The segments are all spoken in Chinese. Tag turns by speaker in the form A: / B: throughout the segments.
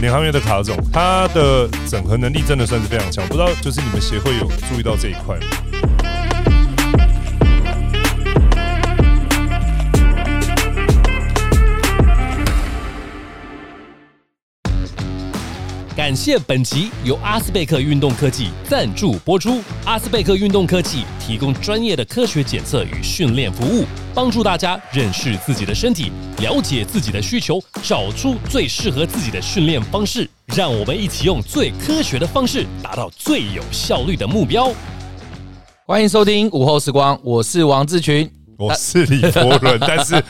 A: 联航院的卡总，他的整合能力真的算是非常强。不知道就是你们协会有注意到这一块吗？
B: 感谢本集由阿斯贝克运动科技赞助播出。阿斯贝克运动科技提供专业的科学检测与训练服务，帮助大家认识自己的身体，了解自己的需求，找出最适合自己的训练方式。让我们一起用最科学的方式，达到最有效率的目标。
C: 欢迎收听午后时光，我是王 志群。
A: 我是李伯伦，但是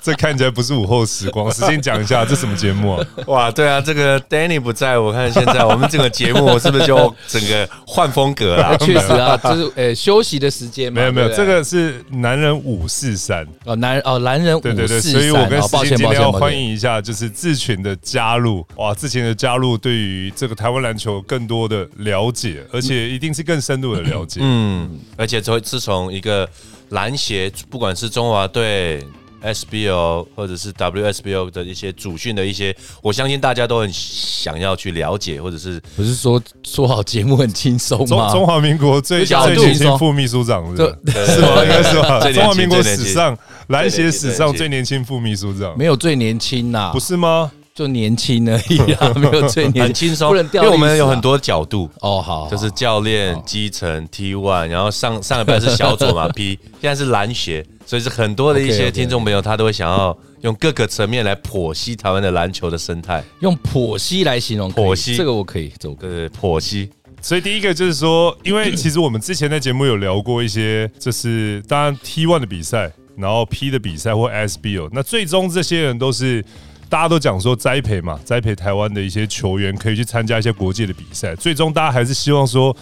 A: 这看起来不是午后时光。先讲一下这什么节目啊？
D: 哇，对啊，这个 Danny 不在，我看现在我们这个节目是不 是就整个换风格了？
C: 确实 啊，就是呃休息的时间嘛。
A: 没有没有，
C: 对不
A: 这
C: 对
A: 个是男人五四三，
C: 哦男哦男人五
A: 对对对，
C: 四
A: 所以我
C: 三
A: 跟
C: 哦
A: 思
C: 抱
A: 欣
C: 歉
A: 今
C: 抱
A: 天
C: 歉
A: 要
C: 抱歉，
A: 欢迎一下，就是志群的加入。哇，志群的加入对于这个台湾篮球更多的了解，而且一定是更深入的了解。
D: 嗯，而且从自从一个篮协，不管是中华队、SBO 或者是 WSBO 的一些主训的一些，我相信大家都很想要去了解，或者是
C: 不是说说好节目很轻松
A: 中
C: 吗？
A: 中华民国最
C: 不晓
A: 最
C: 得
A: 年轻副秘书长是吧
D: 这
A: 是吗？应该是吧？
D: 最年轻
A: 中华民国
D: 最年
A: 史
D: 轻
A: 上篮协史上最
D: 最
A: 年轻副秘书长，
C: 没有最年轻呐、
A: 不是吗？
C: 就年轻而已啊， 没有最年
D: 很轻松，
C: 不能
D: 因
C: 掉、
D: 为我们有很。多角度。
C: 啊哦，好，
D: 就是教
C: 哦
D: 练、基层、T one，然后上上一班是小左 嘛 P，现在是篮协，所以是很多的一
C: OK，OK，OK
D: 些听众朋友，他都会想要用各个层面来剖析台湾的篮球的生态，
C: 用剖析来形容可以，
D: 剖析
C: 这个我可以，这个我可以
D: 对对，对剖析。
A: 所以第一个就是说，因为其实我们之前在节目有聊过一些，就是当然 T one 的比赛，然后 P 的比赛或 SBO，那最终这些人都是大家都讲说栽培嘛，栽培台湾的一些球员可以去参加一些国际的比赛，最终大家还是希望说。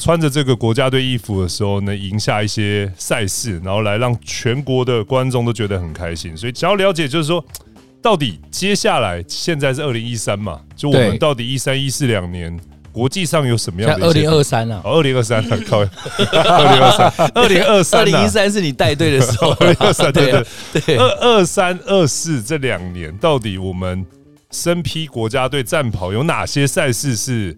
A: 穿着这个国家队衣服的时候，能赢下一些赛事，然后来让全国的观众都觉得很开心。所以想要了解，就是说，到底接下来现在是二零一三嘛，就我们
C: 对
A: 到底一三一四两年国际上有什么样
C: 现
A: 的
C: 在二
A: 一些
C: 零二三啊，
A: 哦，二零二三，靠，二零二三，二零二三，啊
C: 二零一，三啊是你带队的时候啊，
A: 二零二三，对
C: 啊
A: 对对，二二三二四这两年，到底我们身披国家队战袍有哪些赛事是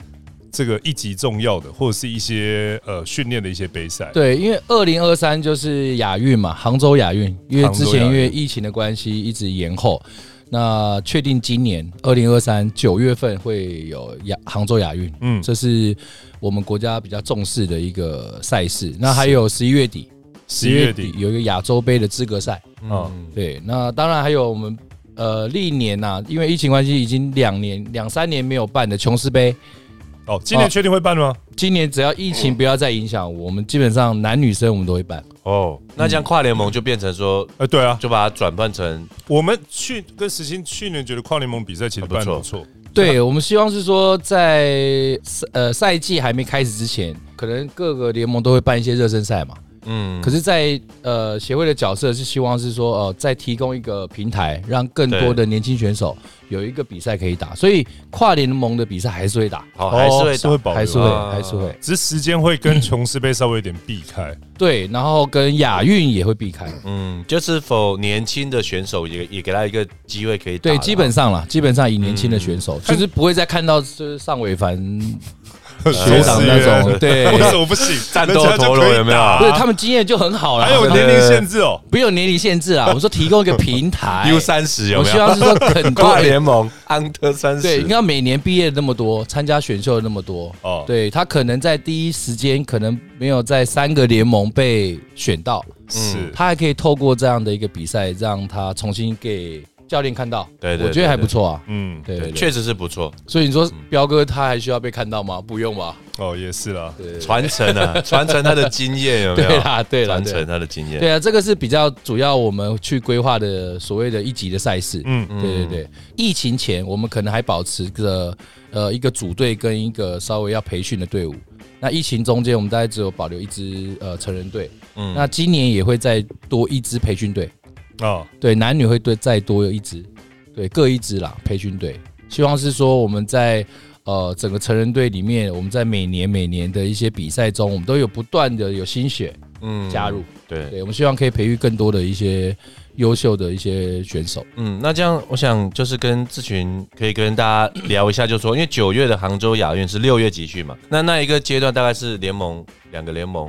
A: 这个一级重要的，或者是一些呃训练的一些杯赛？
C: 对，因为二零二三就是亚运嘛，杭州亚运，因为之前因为疫情的关系一直延后，那确定今年二零二三九月份会有亚杭州亚运，
A: 嗯
C: 嗯，这是我们国家比较重视的一个赛事。那还有十一月底，
A: 十月底
C: 有一个亚洲杯的资格赛，
D: 哦
A: 啊，
C: 对，那当然还有我们呃历年呐、因为疫情关系已经两年两三年没有办的琼斯杯，
A: 哦，今年确定会办吗？
C: 今年只要疫情不要再影响我，我们基本上男女生我们都会办。
D: 哦，那这样跨联盟就变成说，
A: 呃，对啊，
D: 就把它转换成
A: 我们去跟石鑫去年觉得跨联盟比赛其实办得不错，
C: 对，我们希望是说在赛呃赛季还没开始之前，可能各个联盟都会办一些热身赛嘛。
D: 嗯，
C: 可是在，呃协会的角色是希望是说，呃，再提供一个平台，让更多的年轻选手有一个比赛可以打。所以跨联盟的比赛还是会打，
D: 好还是会
A: 是会
D: 打。
A: 保
C: 哦还是
A: 留
C: 会
A: 啊，
D: 啊
C: 还是会
A: 只是时间会跟琼斯杯稍微有点避开。
C: 对。然后跟亚运也会避开，
D: 嗯，就是否年轻的选手也也给他一个机会可以打
C: 对，
D: 啦
C: 基本上啦，基本上以年轻的选
A: 嗯
C: 手，就是不会再看到就是尚伟凡学
A: 学
C: 长那 种，对。
A: 为什么不行？
D: 战斗陀螺有没有
C: 对他们经验就很好了，
A: 还有哎年龄限制哦。
C: 不用年龄限制啊，我们说提供一个 平台。
D: U 三十
C: 哎
D: 有
C: 我
D: 没
C: 希
D: 有？
C: 望是说很多
D: 跨联盟 Under 三
C: 对，你
D: 十，
C: 看每年毕业的那么多，参加选秀的那么多，
A: 哦
C: 哦，对他可能在第一时间可能没有在三个联盟被选到，
A: 是，
C: 他还可以透过这样的一个比赛，让他重新给教练看到，
D: 对对
C: 我觉得还不错啊，
A: 嗯，
C: 对对对，
D: 确实嗯是不错，
C: 所以你说彪哥他还需要被看到吗？不用吧，
A: 哦，也是啦。
D: 传承啊，传承他的经验有没有？
C: 对啦对啦
D: 传
C: 对
D: 承
C: 啦
D: 他的经验。
C: 对啊，这个是比较主要我们去规划的所谓的一级的赛事，
A: 嗯
C: 对对对，疫情前我们可能还保持着呃一个组队跟一个稍微要培训的队伍。那疫情中间，我们大概只有保留一支呃成人队。
D: 嗯
C: 那今年也会再多一支培训队，
A: 哦，
C: 对，男女会队再多一支，对，各一支啦，培训队。希望是说我们在呃整个成人队里面，我们在每年每年的一些比赛中，我们都有不断的有新血
D: 嗯
C: 加入。
D: 对，
C: 对，我们希望可以培育更多的一些优秀的一些选手。
D: 嗯，那这样我想就是跟志群可以跟大家聊一下，就说因为九月的杭州亚运是六月集训嘛，那那一个阶段大概是联盟两个联盟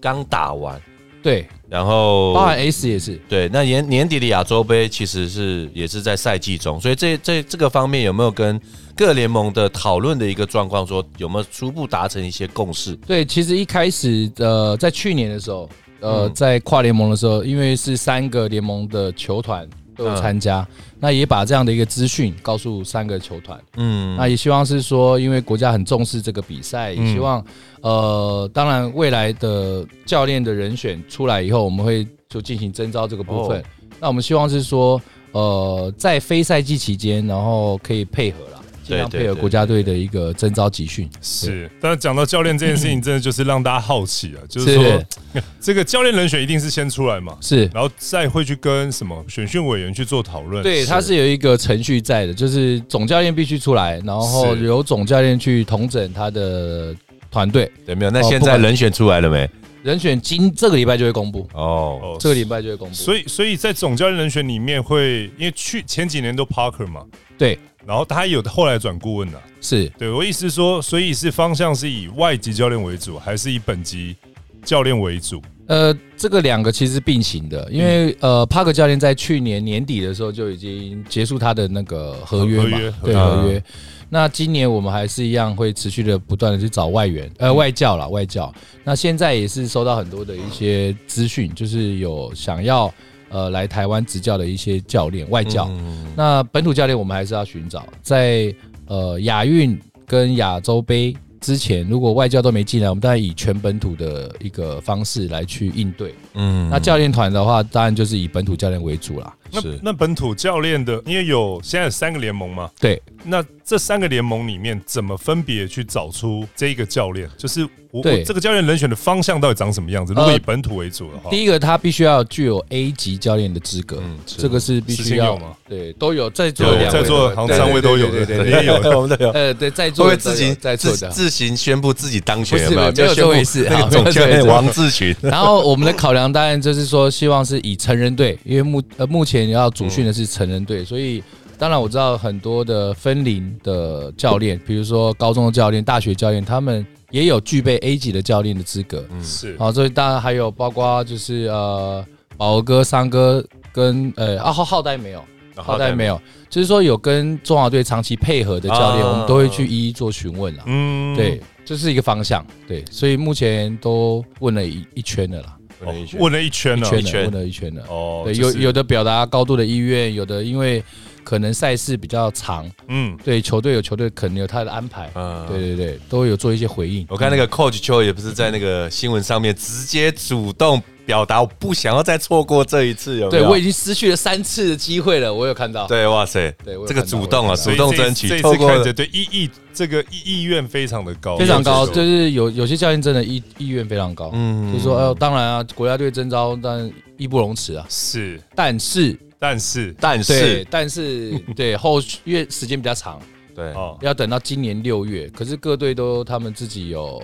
D: 刚打完，
C: 对，
D: 然后
C: 包含 S 也是，
D: 对，那年年底的亚洲杯其实是也是在赛季中，所以这这这个方面有没有跟各联盟的讨论的一个状况，说有没有初步达成一些共识？
C: 对，其实一开始呃，在去年的时候，呃，
D: 嗯
C: 在跨联盟的时候，因为是三个联盟的球团都有参加，那也把这样的一个资讯告诉三个球团。
D: 嗯，
C: 那也希望是说，因为国家很重视这个比赛，也希望、呃，当然未来的教练的人选出来以后，我们会就进行征召这个部分。
D: 哦
C: 那我们希望是说，呃，在非赛季期间，然后可以配合啦，尽量
D: 对对
C: 配合
D: 对
C: 国家队的一个征召集训。
A: 是，但是讲到教练这件事情，真的就是让大家好奇啊，就是说
C: 是
A: 这个教练人选一定是先出来嘛，
C: 是，
A: 然后再会去跟什么选训委员去做讨论。
C: 对，它是有一个程序在的，就是总教练必须出来，然后
A: 是
C: 由总教练去统整他的团队
D: 对，没有。那
C: 哦
D: 现
C: 不
D: 在
C: 管
D: 人选出来了没？
C: 人选今，这个礼拜就会公布，
D: 哦，
A: 哦
C: 这个礼拜就会公布。
A: 所以所以在总教练人选里面会，因为去前几年都 Parker 嘛，
C: 对，
A: 然后他有后来转顾问了、
C: 是
A: 对我意思是说，所以是方向是以外籍教练为主，还是以本籍教练为主？
C: 呃，这个两个其实并行的，因为、
A: 嗯
C: 呃，帕克教练在去年年底的时候就已经结束他的那个合约嘛，
A: 合约啊
C: 对
D: 合约
C: 合约。那今年我们还是一样会持续的不断的去找外援，
A: 嗯
C: 呃，外教啦，外教。那现在也是收到很多的一些资讯，就是有想要呃来台湾执教的一些教练外教。
D: 嗯
C: 那本土教练我们还是要寻找，在呃亚运跟亚洲杯之前，如果外教都没进来，我们当然以全本土的一个方式来去应对。
D: 嗯
C: 那教练团的话，当然就是以本土教练为主啦。
A: 那
D: 是
A: 那本土教练的，因为有现在有三个联盟嘛，
C: 对，
A: 那这三个联盟里面怎么分别去找出这一个教练？就是我
C: 对
A: 我这个教练人选的方向到底长什么样子？如果
C: 呃
A: 以本土为主的话，
C: 第一个他必须要具有 A 级教练的资格，
D: 哦嗯是。
C: 这个是必
A: 事
C: 须
A: 情有
C: 要
A: 吗。
C: 对，都有在座
A: 有
C: 两
A: 在
C: 位
A: 座
C: 都
A: 好像
C: 对
A: 三位都有
C: 对对
A: 的，
C: 对
A: 你
C: 对
A: 也有
D: 我们都有。
C: 呃，对，在
D: 会
C: 座
D: 不
C: 的
D: 会
C: 都有
D: 自行
C: 在座
D: 自
C: 的
D: 自行宣布自己当
C: 不
D: 选？
C: 是
D: 有
C: 没有
D: 就宣
C: 这
D: 布
C: 回事
D: 那
C: 啊
D: 个总教
C: 没有这回事
D: 练王志 群，
C: 然后我们的考量当然就是说，希望是以成人队，因为目呃目前要主训的是成人队，所以当然我知道很多的分龄的教练，比如说高中的教练、大学教练，他们也有具备 嗯 A 级的教练的资格。
A: 是
C: 好，所以当然还有包括就是呃宝哥、三哥跟呃啊浩浩代没有， 浩代没有，就是说有跟中华队长期配合的教练，
D: 啊
C: 我们都会去一一做询问啦。
A: 嗯，
C: 哦对，这是一个方向。对，所以目前都问了一一圈的啦。
A: 哦，
D: 我
A: 问了一圈呢。
C: 圈
D: 圈
C: 了，问了一圈了。
A: 哦，
C: 对，
A: 就
C: 有
A: 是
C: 有的表达高度的意愿，有的因为可能赛事比较长，
A: 嗯，
C: 对球队有球队可能有他的安排，
D: 嗯哦
C: 对对对，都有做一些回应。
D: 我看那个 Coach Cho 也不是在那个新闻上面直接主动表达，我不想要再错过这一次，有没
C: 对
D: 有？
C: 我已经失去了三次的机会了，我有看到。
D: 啊对，哇塞
C: 对我，有
D: 这个
C: 看到
D: 主动啊，
C: 我
D: 主
A: 所以
D: 动
A: 这一
D: 争取
A: 这，一
D: 透
A: 次
D: 过
A: 看着对意意这个意意愿非常的高，
C: 非常高，
A: 有
C: 就
A: 这种
C: 是有有些教练真的意意愿非常高，
D: 嗯
C: 嗯，就说呃，当然啊，国家队征召，但义不容辞啊。
A: 是，
C: 但是，
A: 但是
D: 但
C: 对
D: 是，
C: 但是对后续因为时间比较长，
D: 对，
A: 哦，
C: 要等到今年六月，可是各队都他们自己有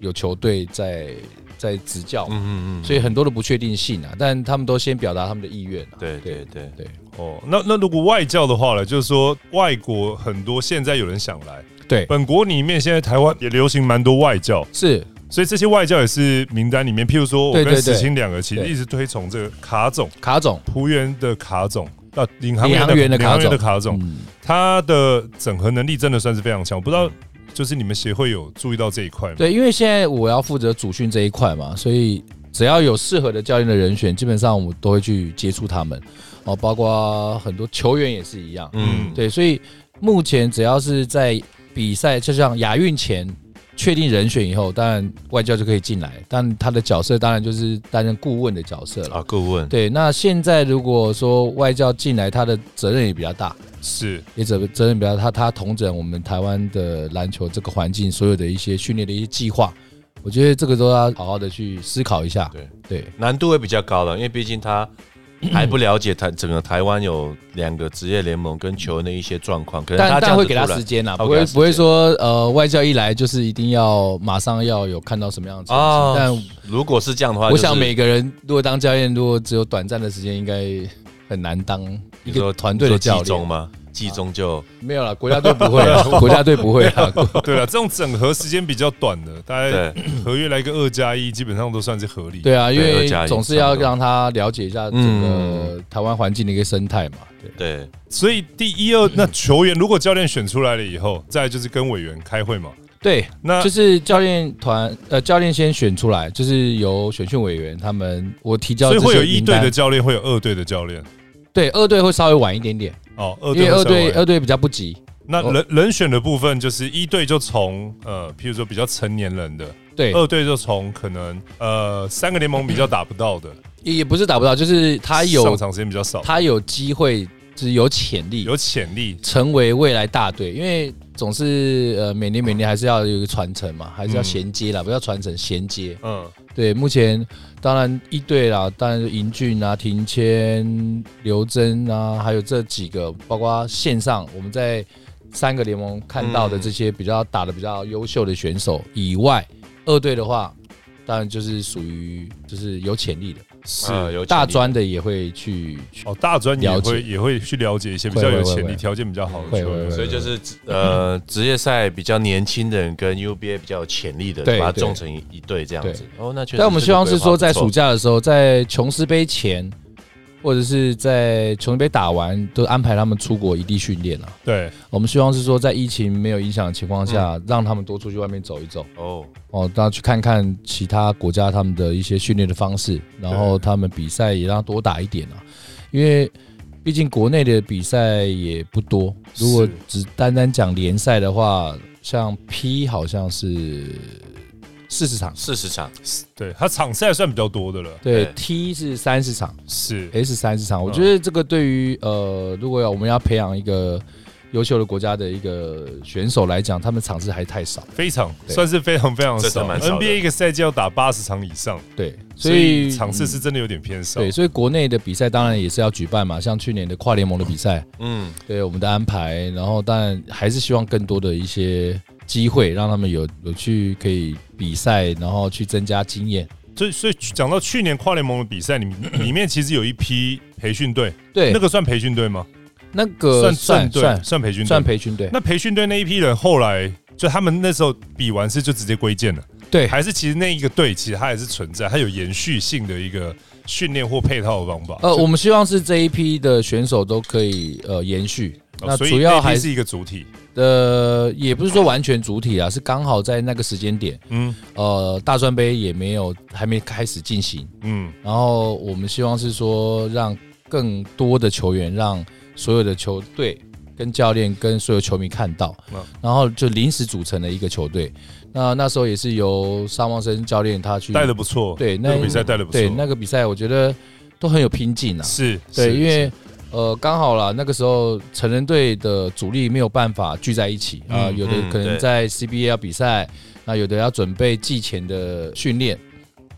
C: 有球队在在执教，
D: 嗯嗯嗯，
C: 所以很多的不确定性啊，但他们都先表达他们的意愿啊。
D: 对对对，
C: 对
A: 哦，那那如果外教的话呢，就是说外国很多现在有人想来，
C: 对，
A: 本国里面现在台湾也流行蛮多外教，
C: 是
A: 所以这些外教也是名单里面，譬如说我
C: 对
A: 跟
C: 对对
A: 石青两个其实
C: 对
A: 一直推崇这个卡总，
C: 卡总，
A: 仆员的卡总。那领航
C: 领航
A: 员
C: 员
A: 的领
C: 的卡
A: 航
C: 总
A: 员的卡总，
C: 嗯，
A: 他的整合能力真的算是非常强。我不知道，就是你们协会有注意到这一块吗？
C: 对，因为现在我要负责主训这一块嘛，所以只要有适合的教练的人选，基本上我都会去接触他们，哦，包括很多球员也是一样，
A: 嗯
D: 嗯，
C: 对，所以目前只要是在比赛，就像亚运前确定人选以后，当然外教就可以进来，但他的角色当然就是担任顾问的角色了。
D: 啊，顾问，
C: 对，那现在如果说外教进来，他的责任也比较大，
A: 是
C: 也责责任比较大，他他统整我们台湾的篮球这个环境所有的一些训练的一些计划，我觉得这个都要好好的去思考一下。
D: 对
C: 对
D: 难度会比较高了，因为毕竟他还不了解台整个台湾有两个职业联盟跟球员的一些状况，可能
C: 但
D: 这
C: 但
D: 样
C: 会
D: 子
C: 给他
D: 突然
C: 时间啦，
D: 他
C: 不
D: 给
C: 会
D: 他时
C: 不会
D: 间
C: 说呃外教一来就是一定要马上要有看到什么样的成绩。
D: 哦
C: 但
D: 如果是
A: 啊
D: 这样的话，
C: 我
D: 就是
C: 想每个人如果当教练，如果只有短暂的时间，应该很难当一
D: 你说
C: 个团队的
D: 你说
C: 教
D: 季中
C: 练。
D: 吗？季中就
C: 没有啦，国家队不 会啦，国家队不会啊啦。
A: 对啊了，这种整合时间比较短的，大概
D: 对
A: 合约来个二加一，基本上都算是合理。
C: 对啊，因
D: 对
C: 为
D: 二加一
C: 总是要
D: 差不多
C: 让他了解一下整
A: 嗯
C: 个台湾环境的一个生态嘛。对，
D: 对
A: 所以第一二那球员，如果教练选出来了以后，再来就是跟委员开会嘛。
C: 对，
A: 那
C: 就是教练团呃，教练先选出来，就是由选训委员他们我提交
A: 所以
C: 这
A: 会有
C: 些
A: 一
C: 名
A: 队
C: 单
A: 的，教练，会有二队的教练。
C: 对二队会稍微晚一点点，
A: 哦，
C: 因为
A: 二队会
C: 二队呃
A: 稍微
C: 二队比较不急。
A: 那人人选的部分，就是一队就从呃，譬如说比较成年人的，
C: 对，
A: 二队就从可能呃三个联盟比较打不到的，
C: 也也不是打不到，就是他
A: 上
C: 有
A: 场时间比较少，
C: 他有机会，就是有潜力
A: 有潜力。
C: 成为未来大队，因为总是呃每年每年还是要有一个传承嘛，还是要
A: 嗯
C: 衔接啦，不要传承衔接。
A: 嗯，
C: 对，目前当然一队啦，当然就银俊啊、庭谦、刘真啊，还有这几个，包括线上我们在三个联盟看到的
D: 嗯
C: 这些比较打的比较优秀的选手以外，二队的话，当然就是属于就是有潜力的，
A: 是
D: 啊有
C: 大
D: 潜力
C: 专的也会去去。
A: 哦，大专也
C: 了
A: 会
C: 解
A: 也会去了解一些比
C: 会
A: 较
C: 会
A: 有
C: 会
A: 潜力、
C: 会
A: 条件比较好的
C: 会
A: 球
C: 会
A: 员。
C: 会
D: 所以就是呃，职业赛比较年轻的人跟 UBA 比较有潜力的，
C: 对
D: 把它
C: 对
D: 种成一一队这样子。哦，那确实
C: 但我们希望是说，在暑
D: 假
C: 假的时候，在琼斯杯前，或者是在琼斯杯打完，都安排他们出国异地训练啊。
A: 对，
C: 我们希望是说，在疫情没有影响的情况下，让他们多出去外面走一走。
D: 哦，
C: 哦，大家去看看其他国家他们的一些训练的方式，然后他们比赛也让他多打一点啊，因为毕竟国内的比赛也不多。
A: 是
C: 如果只单单讲联赛的话，像 P 好像是四十场，
D: 四十场
A: 对他场次还算比较多的了，
C: 对
D: 对
C: T 是三十场
A: 是
C: ，S 三十场。我
A: 嗯
C: 觉得这个对于呃，如果要我们要培养一个优秀的国家的一个选手来讲，他们场次还太少。
A: 非常
C: 对
A: 算是非常非常
D: 这
A: 少
D: 真蛮少的
A: ，NBA 一个赛季要打八十场以上，
C: 对，所
A: 所
C: 以
A: 以场次是真的有点偏少。
C: 对，所以国内的比赛当然也是要举办嘛，像去年的跨联盟的比赛，
D: 嗯，
C: 对我们的安排，然后当然还是希望更多的一些机会，让他们有有去可以比赛，然后去增加经验。
A: 所以所以讲到去年跨联盟的比赛里面里面，其实有一批培训队，
C: 对，
A: 那个算培训队吗？
C: 那个
A: 算
C: 算
A: 队，
C: 算
A: 算培训
C: 算
A: 队。
C: 培训队，
A: 那培训队那一批人后来就他们那时候比完是就直接归建了，
C: 对
A: 还是其实那一个队其实它还是存在，它有延续性的一个训练或配套的方法。
C: 呃，我们希望是这一批的选手都可以呃延续。
A: 哦
C: 那
A: 所以
C: 主要
A: 那批
C: 还
A: 是一个主体，
C: 呃，也不是说完全主体啊，是刚好在那个时间点，
A: 嗯
C: 呃，大专杯也没有还没开始进行，
A: 嗯，
C: 然后我们希望是说，让更多的球员，让所有的球队、跟教练、跟所有球迷看到
A: 嗯，
C: 然后就临时组成了一个球队。那那时候也是由沙望生教练他去
A: 带的不错，
C: 对
A: 那
C: 那
A: 个比赛带的不错，
C: 对那个比赛，我觉得都很有拼劲啊。
A: 是，
C: 对，
A: 是
C: 因为呃刚好啦，那个时候成人队的主力没有办法聚在一起啊、
A: 嗯
C: 有的
D: 嗯
C: 可能
D: 对
C: 在 CBA 要比赛，那有的要准备季前的训练，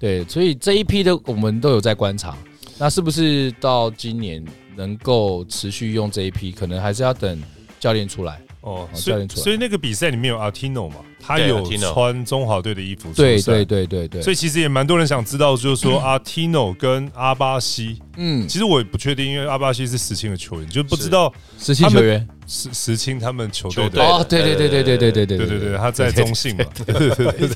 C: 对，所以这一批的我们都有在观察，那是不是到今年能够持续用这一批，可能还是要等教练出来。
A: 哦，
C: 好
A: 所以
C: 教练出来
A: 所以那个比赛里面有阿 t i n o 嘛，他
D: 对
A: 有
D: Artino
A: 穿中华队的衣服出
C: 对
A: 赛
C: 对对对对，
A: 所以其实也蛮多人想知道，就是说 阿 t i n o 跟阿巴西，
C: 嗯，
A: 其实我也不确定，因为阿巴西是实青的球员，就不
D: 是
A: 知道
C: 实习球员
A: 实实青他们球队
D: 球队
A: 的。
C: 哦，对对对对对对对对
A: 对对对，他在中信嘛，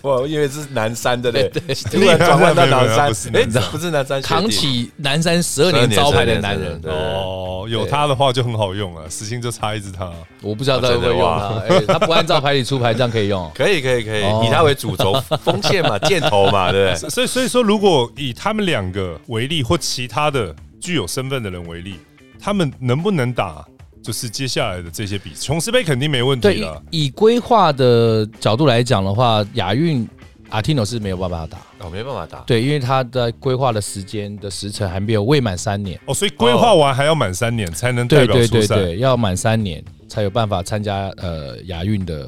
D: 我 因为是南山的嘞， 突
A: 然转换到南山
D: 哎，不是南山，
C: 扛起南山十二年招牌的男人，
D: 哦，
A: 哦，有他的话就很好用了，实青就差一只他。
C: 我不知道他会不会用啊，哎他不按照牌理出牌，这样可以用。
D: 可以可以可以
C: 哦，
D: 以他为主轴，锋线嘛，箭头嘛，对不对？
A: 所以所以说，如果以他们两个为例，或其他的具有身份的人为例，他们能不能打？就是接下来的这些比，琼斯杯肯定没问
C: 对，
A: 题了。
C: 以以规划的角度来讲的话，亚运阿提诺是没有办法打，
D: 哦，没办法打，
C: 对，因为他的规划的时间的时程还没有未满三年，
A: 哦，所以规划完还要满三年才能代
C: 对
A: 表
C: 对
A: 出
C: 对
A: 赛。
C: 对，要满三年才有办法参加呃亚运的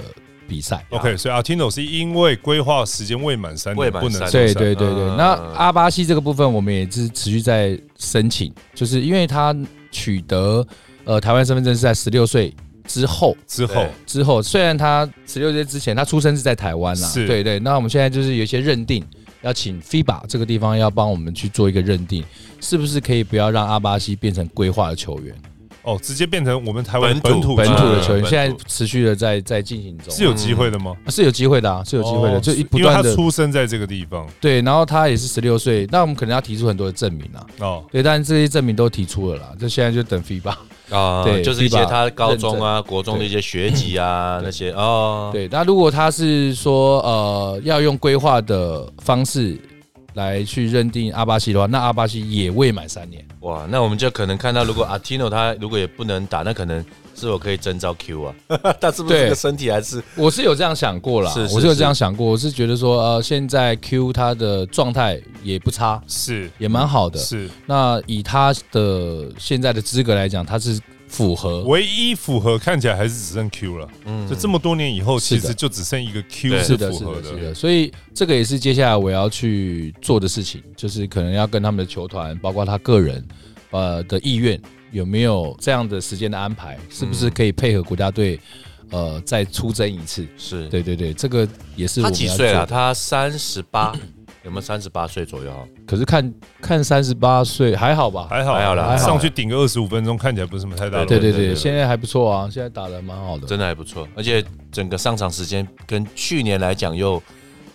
C: 比赛。
A: OK，所以 Artino 是因为规划时间未满三
D: 未
A: 年
D: 满
A: 不能
D: 三
A: 上
D: 年
A: 赛
C: 对对对对，
D: 嗯
C: 那阿巴西这个部分我们也是持续在申请，就是因为他取得呃台湾身份证是在十六岁之后。
A: 之后
D: 对
C: 之后，虽然他十六岁之前，他出生是在台湾啦，
A: 是
C: 对对。那我们现在就是有一些认定，要请 FIBA 这个地方要帮我们去做一个认定，是不是可以不要让阿巴西变成规划的球员，
A: 哦，直接变成我们台湾
D: 本土
A: 土
C: 本土的球
D: 嗯
C: 员？
D: 本土
C: 现在持续的在在进行中，
A: 是有机会的吗？
C: 是有机会的啊，嗯是有机会的，
A: 哦
C: 就一不
A: 因为
C: 断
A: 他
C: 的
A: 出生在这个地方
C: 对。然后他也是十六岁，那我们可能要提出很多的证明啊，
A: 哦，
C: 对，但这些证明都提出了啦，就现在就等 FIBA。
D: 啊，
C: 对
D: 就是一些
C: FIBA
D: 他高中啊、国中的一些学籍啊那些哦，
C: 对，那如果他是说呃要用规划的方式来去认定阿巴西的话，那阿巴西也未满三年。
D: 哇，那我们就可能看到，如果 Artino 他如果也不能打，那可能是否可以征召 Q 啊？ 他是不是
C: 对
D: 这个身体还是
C: 我是有这样想过啦，
D: 是是
C: 我是有
D: 是
C: 这样想过，我是觉得说呃现在 Q 他的状态也不差，
A: 是
C: 也蛮好的。
A: 是，
C: 那以他的现在的资格来讲，他是符合
A: 唯一符合看起来还是只剩 Q 了。
D: 嗯
A: 就这么多年以后，
C: 是
A: 其
C: 的
A: 实就只剩一个 Q
D: 对
A: 是
C: 是的，
A: 符
C: 是
A: 合
C: 的，是
A: 的。
C: 的，所以这个也是接下来我要去做的事情，就是可能要跟他们的球团，包括他个人，呃的意愿有没有这样的时间的安排，是不是可以配合国家
D: 嗯
C: 队，呃，再出征一次？
D: 是？
C: 对对对，这个也是我
D: 他
C: 们
D: 几
C: 要
D: 岁
C: 做
D: 啊？
C: 的？
D: 他三十八，有没有三十八岁左右啊？
C: 可是看看三十八岁还好吧？
A: 还好啊
D: 还好啦
A: 上去顶个二十五分钟，看起来不是什么太大的
D: 对
A: 问
C: 对
A: 题。
C: 对
D: 对对
C: 对，现在还不错啊，现在打的蛮好的。
D: 真的还不错，而且整个上场时间跟去年来讲又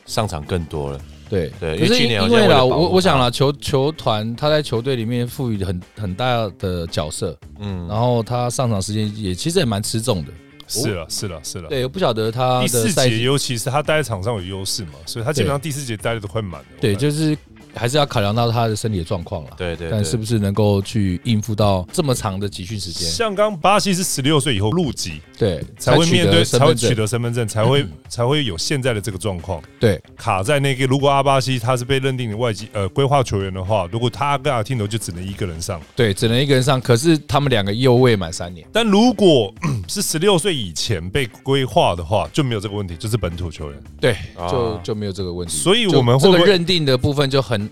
D: 上场更多了。
C: 对可
D: 对因为
C: 是
D: 去
C: 因
D: 年好像
C: 为
D: 为了
C: 啦，
D: 保护
C: 我我
D: 他
C: 想啦，球球团他在球队里面赋予很很大的角色，
D: 嗯，
C: 然后他上场时间也其实也蛮吃重的。
A: 是了，是了，是了。
C: 对，我不晓得他
A: 啊第
C: 的
A: 四
C: 赛
A: 节，
C: 季，
A: 尤其是他待在场上有优势嘛，所以他基本上第四节待的都快满了。
C: 对，
A: 我看
C: 就是还是要考量到他的身体的状况了。
D: 对对
C: 看是
D: 对，
C: 不是能够去应付到这么长的集训时间？
A: 像刚巴西是十六岁以后入籍
C: 对，
A: 才会
C: 取
A: 面
C: 得
A: 对，
C: 身
A: 才会
C: 份
A: 取
C: 证。嗯
A: 得身份证，才会才会有现在的这个状况。
C: 对，
A: 卡在那个，如果阿巴西他是被认定的外籍呃规划球员的话，如果他跟阿汀头就只能一个人上。
C: 对，只能一个人上。可是他们两个又未满三年。
A: 但如果 是十六岁以前被规划的话，就没有这个问题，就是本土球员。
C: 对，
D: 啊
C: 就就没有这个问题。
A: 所以
C: 就
A: 我们会
C: 这
A: 不
C: 个
A: 会？
C: 认定的部分就很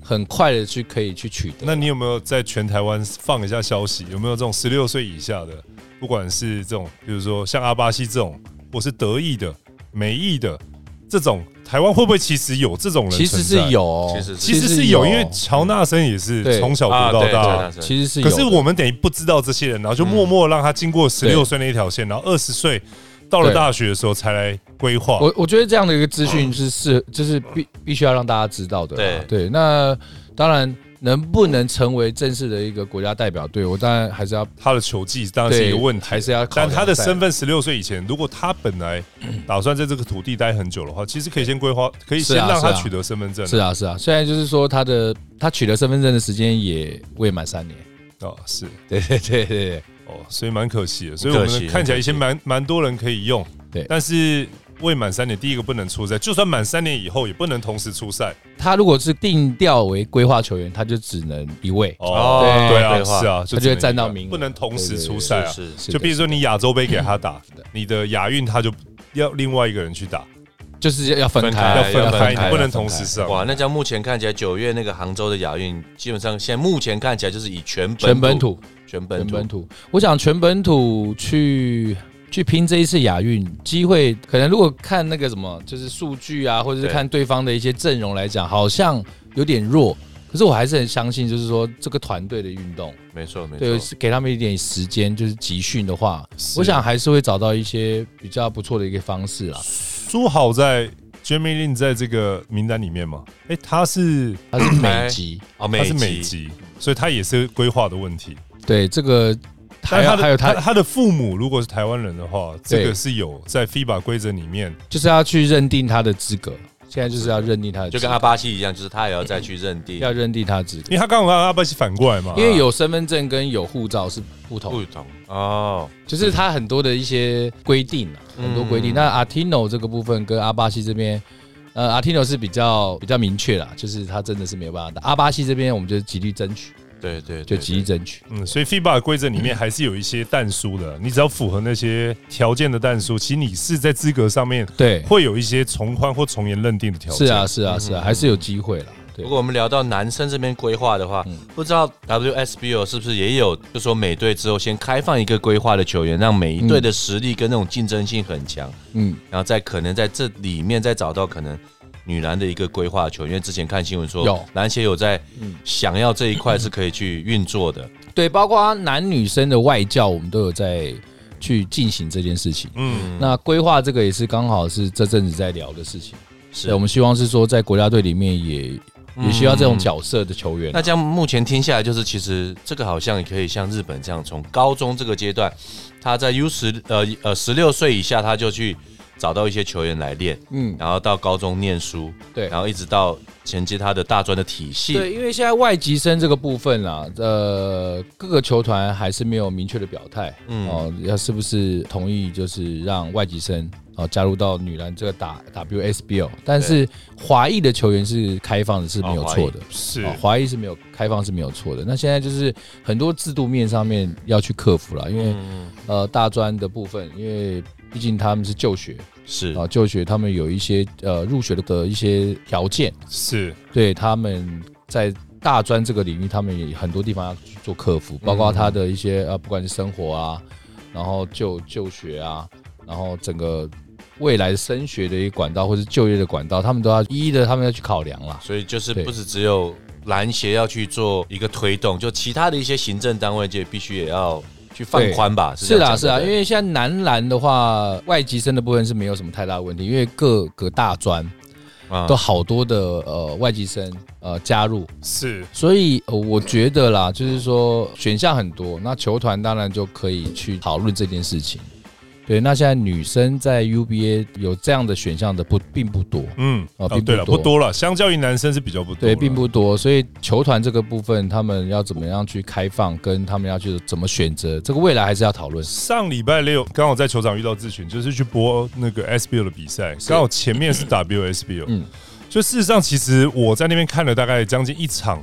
C: 很快的去可以去取得。
A: 那你有没有在全台湾放一下消息？有没有这种十六岁以下的，不管是这种，比如说像阿巴西这种，或是德裔的、美裔的这种，台湾会不会其实有这种人？
C: 其实是，有哦，
D: 其实是
A: 其实是有，因为乔纳森也是
C: 对
A: 从小
D: 啊
A: 读到
D: 对
A: 大。
D: 对对
C: 其实是有
A: 可
C: 的。嗯
A: 是我们等于不知道这些人，然后就默默让他经过十六
C: 对
A: 岁那一条线，然后二十岁到了
C: 对
A: 大学的时候才来规划。
C: 我我觉得这样的一个资讯是是就是必必须要让大家知道的啦。对，那当然能不能成为正式的一个国家代表队，我当然还是要
A: 他的球技当然是
C: 对
A: 一个问题，
C: 还是要考
A: 但
C: 量
A: 他的
C: 在
A: 身份十六岁以前，如果他本来打算在这个土地待很久的话，其实可以先规划，可以
C: 是
A: 先
C: 啊
A: 让他
C: 是啊
A: 取得身份证。
C: 是啊是啊。虽然就是说他的他取得身份证的时间也未满三年。
A: 啊，是
C: 对对对对
A: 哦，所以蛮可惜的。所以我
D: 可惜
A: 们看起来一些
D: 很可惜
A: 蛮蛮多人可以用，
C: 对
A: 但是未满三年，第一个不能出赛，就算满三年以后也不能同时出赛。
C: 他如果是定调为规划球员，他就只能一位。
A: 哦，
D: 对
A: 对啊，
D: 规划
A: 是啊，
C: 他就
A: 只能一
C: 会
A: 个
C: 占到名额
A: 不能同时
C: 对对对
A: 出赛啊。
D: 是是
C: 是
A: 就
C: 的
A: 比如说你亚洲杯给他打
C: 是的，
A: 你的亚运他就要另外一个人去打，
C: 就是要分
D: 哎
C: 开，
A: 要
D: 要
A: 分
D: 分
A: 开，
D: 开
A: 你不能同时上。
D: 哇，那这样目前看起来，九月那个杭州的亚运，基本上现在目前看起来就是以全本
C: 全本土，
D: 全
C: 全
D: 本土
C: 本土。我想全本土去去拼这一次亚运机会，可能如果看那个什么，就是数据啊，或者是
D: 对
C: 看对方的一些阵容来讲，好像有点弱。可是我还是很相信，就是说这个团队的运动，
D: 没错啊没
C: 对，
D: 错，
C: 是给他们一点时间，就是集训的话，
A: 是
C: 我想还是会找到一些比较不错的一个方式 啦。
A: 苏好在 Jamie Lin 在这个名单里面吗？哎、他是
C: 他是美籍，
D: 哦，
A: 他是美
D: 美籍
A: 籍，所以他也是规划的问题。
C: 对这个还
A: 但
C: 有
A: 他的
C: 还有
A: 他
C: 他
A: 他的父母如果是台湾人的话，这
C: 对
A: 个是有在 FIBA 规则里面
C: 就是要去认定他的资格，现在就是要认定他的资
D: 就
C: 格，
D: 跟阿巴西一样，就是他也要再去认定
C: 要认定他的资格
A: 因。为他刚好跟阿巴西反过来嘛，
C: 因为有身份证跟有护照是不同
D: 不
C: 的，
D: 同哦，
C: 就是它很多的一些规定啊，
D: 嗯
C: 很多规定。那 Artino 这个部分跟阿巴西这边，呃，Artino 是比较比较明确啦，就是他真的是没有办法打。阿巴西这边我们就是极力争取，
D: 对对，
C: 就
D: 对
C: 极力争取。
A: 嗯，所以 FIBA 的规则里面还是有一些蛋书的，你只要符合那些条件的蛋书，其实你是在资格上面
C: 对，
A: 会有一些从宽或从严认定的条
C: 是
A: 件。
C: 啊，是啊，是啊，还是有机会啦。对
D: 如，果我们聊到男生这边规划的
C: 嗯
D: 话，不知道 WSBO 是不是也有，就说每队之后先开放一个规划的球员，让每一队的实力跟那种竞争性很强，
C: 嗯，
D: 然后再可能在这里面再找到可能女篮的一个规划球员。因为之前看新闻说，
C: 有嗯
D: 篮协有在想要这一块是可以去运作的，
C: 对，包括男女生的外教，我们都有在去进行这件事情。
A: 嗯，
C: 那规划这个也是刚好是这阵子在聊的事情。
D: 是
C: 对，我们希望是说在国家队里面也也需要这种角色的球员啊。
D: 那这样目前听下来，就是其实这个好像也可以像日本这样，从高中这个阶段，他在 U 十呃呃十六岁以下，他就去找到一些球员来练，
C: 嗯，
D: 然后到高中念书，
C: 对
D: 然后一直到衔接他的大专的体系，
C: 对，因为现在外籍生这个部分啦，呃，各个球团还是没有明确的表态，
D: 嗯
C: 哦，要是不是同意就是让外籍生哦加入到女篮这个打 WSBL，但是华裔的球员是开放的，是没有错的。
A: 是
C: 哦，华裔是没有开放是没有错的。那现在就是很多制度面上面要去克服了，因为、呃大专的部分，因为毕竟他们是就学
D: 是
C: 啊，就学他们有一些呃入学的的一些条件，
A: 是，
C: 对他们在大专这个领域，他们也很多地方要去做克服，包括
D: 嗯
C: 他的一些呃，不管是生活啊，然后就就学啊，然后整个未来升学的一个管道或是就业的管道，他们都要一一的他们要去考量啦。
D: 所以就是
C: 对
D: 不是只有篮协要去做一个推动，就其他的一些行政单位界必须也要去放
C: 对
D: 宽吧，
C: 是
D: 这
C: 啦，
D: 样
C: 是
D: 讲
C: 啦，
D: 的
C: 因为现在男篮的话，外籍生的部分是没有什么太大的问题，因为各个大专
D: 啊
C: 都好多的呃外籍生呃加入，
A: 是
C: 所以、呃我觉得啦，就是说选项很多，那球团当然就可以去讨论这件事情。对，那现在女生在 UBA 有这样的选项的不并不多，
A: 嗯，
C: 哦
A: 哦，
C: 并不
A: 对了，不
C: 多
A: 多了，相较于男生是比较不多，
C: 对，并，不多，所以球团这个部分他们要怎么样去开放，跟他们要去怎么选择，这个未来还是要讨论。
A: 上礼拜六刚好在球场遇到志群，就是去播那个 SBL 的比赛，刚好前面是 WSBL，嗯
C: 嗯，
A: 就事实上其实我在那边看了大概将近一场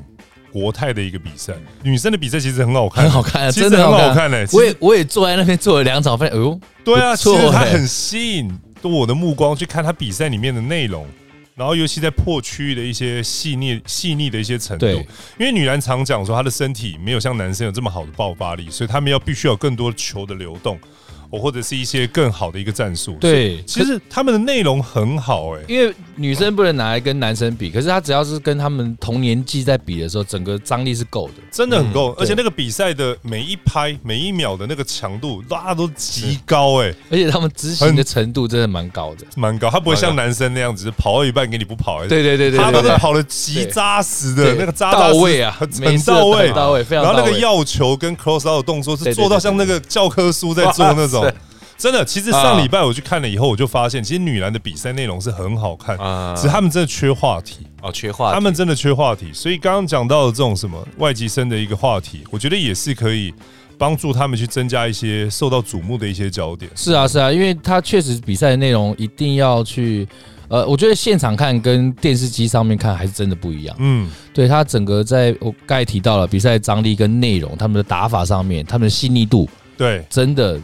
A: 国泰的一个比赛，女生的比赛其实很好看，
C: 很好看啊
A: 其实
C: 真的
A: 很
C: 好看
A: 好看嘞、
C: 我也我也坐在那边坐了两场，发现哎呦，
A: 对啊，
C: 不
A: 其
C: 错
A: 实他
C: 欸
A: 很吸引我的目光去看他比赛里面的内容，然后尤其在破区域的一些细腻细腻的一些程度
C: 对。
A: 因为女篮常讲说她的身体没有像男生有这么好的爆发力，所以他们要必须有更多球的流动，哦，或者是一些更好的一个战术。所以，
C: 对，嗯
A: 其实他们的内容很好、欸，哎，
C: 因为女生不能拿来跟男生比，可是她只要是跟他们同年纪在比的时候，整个张力是够的。
A: 真的很够，而且
C: 对
A: 那个比赛的每一拍每一秒的那个强度拉都极高、欸，哎，
C: 而且他们执行的程度真的蛮高的。
A: 蛮高。他不会像
D: 蛮
A: 男生那样子跑到一半给你不跑、欸，
C: 对对对对
A: 他
C: 对
A: 们都
C: 对，
A: 跑的极扎实的
C: 对
A: 那个扎扎
C: 到
A: 实实
C: 位啊，
A: 很
C: 每
A: 很
C: 次
A: 到
C: 都
A: 位
C: 很，到位，非常
A: 然后
C: 到
A: 那个
C: 位。
A: 要球跟 cross out 的动作是
C: 对对啊
A: 做到像那个教科书在做那种
D: 哇塞。
A: 真的，其实上礼拜我去看了以后，我就发现，其实女篮的比赛内容是很好看，
D: 啊
A: 只是他们真的缺话题，
D: 哦缺话题，
A: 他们真的缺话题。所以刚刚讲到的这种什么外籍生的一个话题，我觉得也是可以帮助他们去增加一些受到瞩目的一些焦点。
C: 是啊是啊，因为他确实比赛的内容一定要去，呃，我觉得现场看跟电视机上面看还是真的不一样。
A: 嗯，
C: 对他整个在我刚才提到了比赛张力跟内容，他们的打法上面，他们的细腻度，
A: 对，
C: 真的，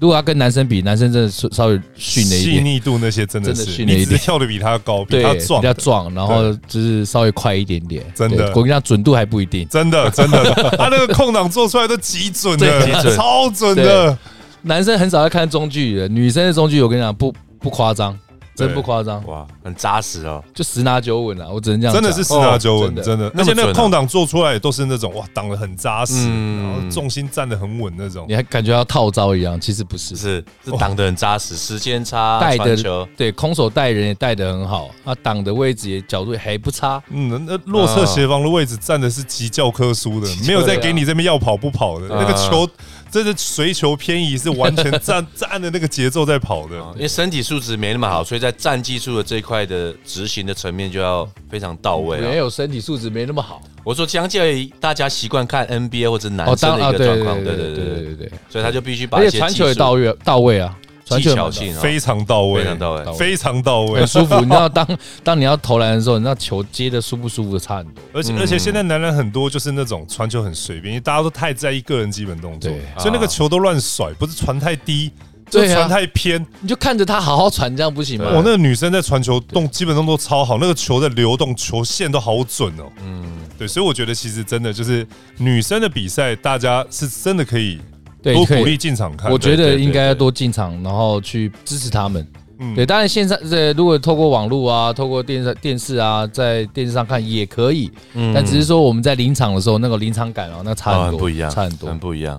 C: 如果要跟男生比，男生真的是稍微逊了一
A: 细
C: 点。
A: 腻度那些真的
C: 真的
A: 是，
C: 训了一
A: 你
C: 点
A: 只是跳的比他高，比
C: 对，
A: 他
C: 比
A: 壮
C: 较
A: 的，
C: 壮，然后就是稍微快一点点，
A: 真的
C: 对我跟你讲，准度还不一定。
A: 真 的，真的，他那个空档做出来都极准的，
D: 对极准
A: 超准的。
C: 男生很少在看中距的，女生的中距我跟你讲不不夸张，
A: 对
C: 真不夸张，
D: 哇很扎实哦，
C: 就十拿九稳了、我只能这样
A: 真
C: 讲。
A: 的是十拿九稳，
C: 哦
A: 真的。而
D: 那么
A: 且那个
D: 准啊
A: 空档做出来都是那种哇，挡得很扎实，
D: 嗯
A: 然后重心站得很稳那种
C: 你。还感觉要套招一样，其实不是
D: 就，是是挡得很扎实，时间差
C: 哦带
D: 传
C: 的
D: 球。
C: 对空手带人也带的很好，啊，挡的位置也角度也还不差，
A: 嗯，那落侧协防的位置站的是极啊教科书的，没有在给你这边要跑不跑的。那个球，真的随球偏移是完全站 站按的那个节奏在跑的。
D: 啊因为身体素质没那么好，所以在战技术的这一块的执行的层面就要非常到位
C: 嗯没
D: 了。
C: 有身体素质没那么好。
D: 我说，相较于大家习惯看 NBA 或者男
C: 哦，
D: 生
C: 当
D: 的
C: 啊，
D: 一
C: 对
D: 个状
C: 对
D: 况，
C: 对
D: 对
C: 对
D: 对
C: 对
D: 对对
C: 对对对，
D: 所以他就必须把
C: 而
D: 一
C: 且
D: 些
C: 传球也
D: 技术
C: 到位到位啊，传
D: 技
C: 球
D: 巧
C: 蛮
D: 性哦
A: 非常到位，
D: 非常到位
A: 非常到位
C: 很。舒服。你知道当当你要投篮的时候，你知道球接的舒不舒服的差很多。
A: 而且而且现在男人很多就是那种传球很随便，因为大家都太在意个人基本动作
C: 对，
A: 所以那个
D: 啊
A: 球都乱甩，不是传太低，就
C: 对啊
A: 是传太偏。
C: 你就看着他好好传，这样不行吗？
A: 哇，那个女生在传球动基本动作超好，那个球的流动球线都好准哦。嗯，对，所以我觉得其实真的就是女生的比赛，大家是真的可以
C: 对
A: 多
C: 可以
A: 鼓励进场看。
C: 我觉
D: 对
C: 得
D: 对对
C: 应该要多进场，然后去支持他们。
A: 嗯
C: 对，当然线上呃，如果透过网络啊，透过电视电视啊，在电视上看也可以，但只是说我们在临场的时候，那个临场感哦，那差很
D: 啊嗯很
C: 多，
D: 不一样，
C: 差很多。
D: 很不一样。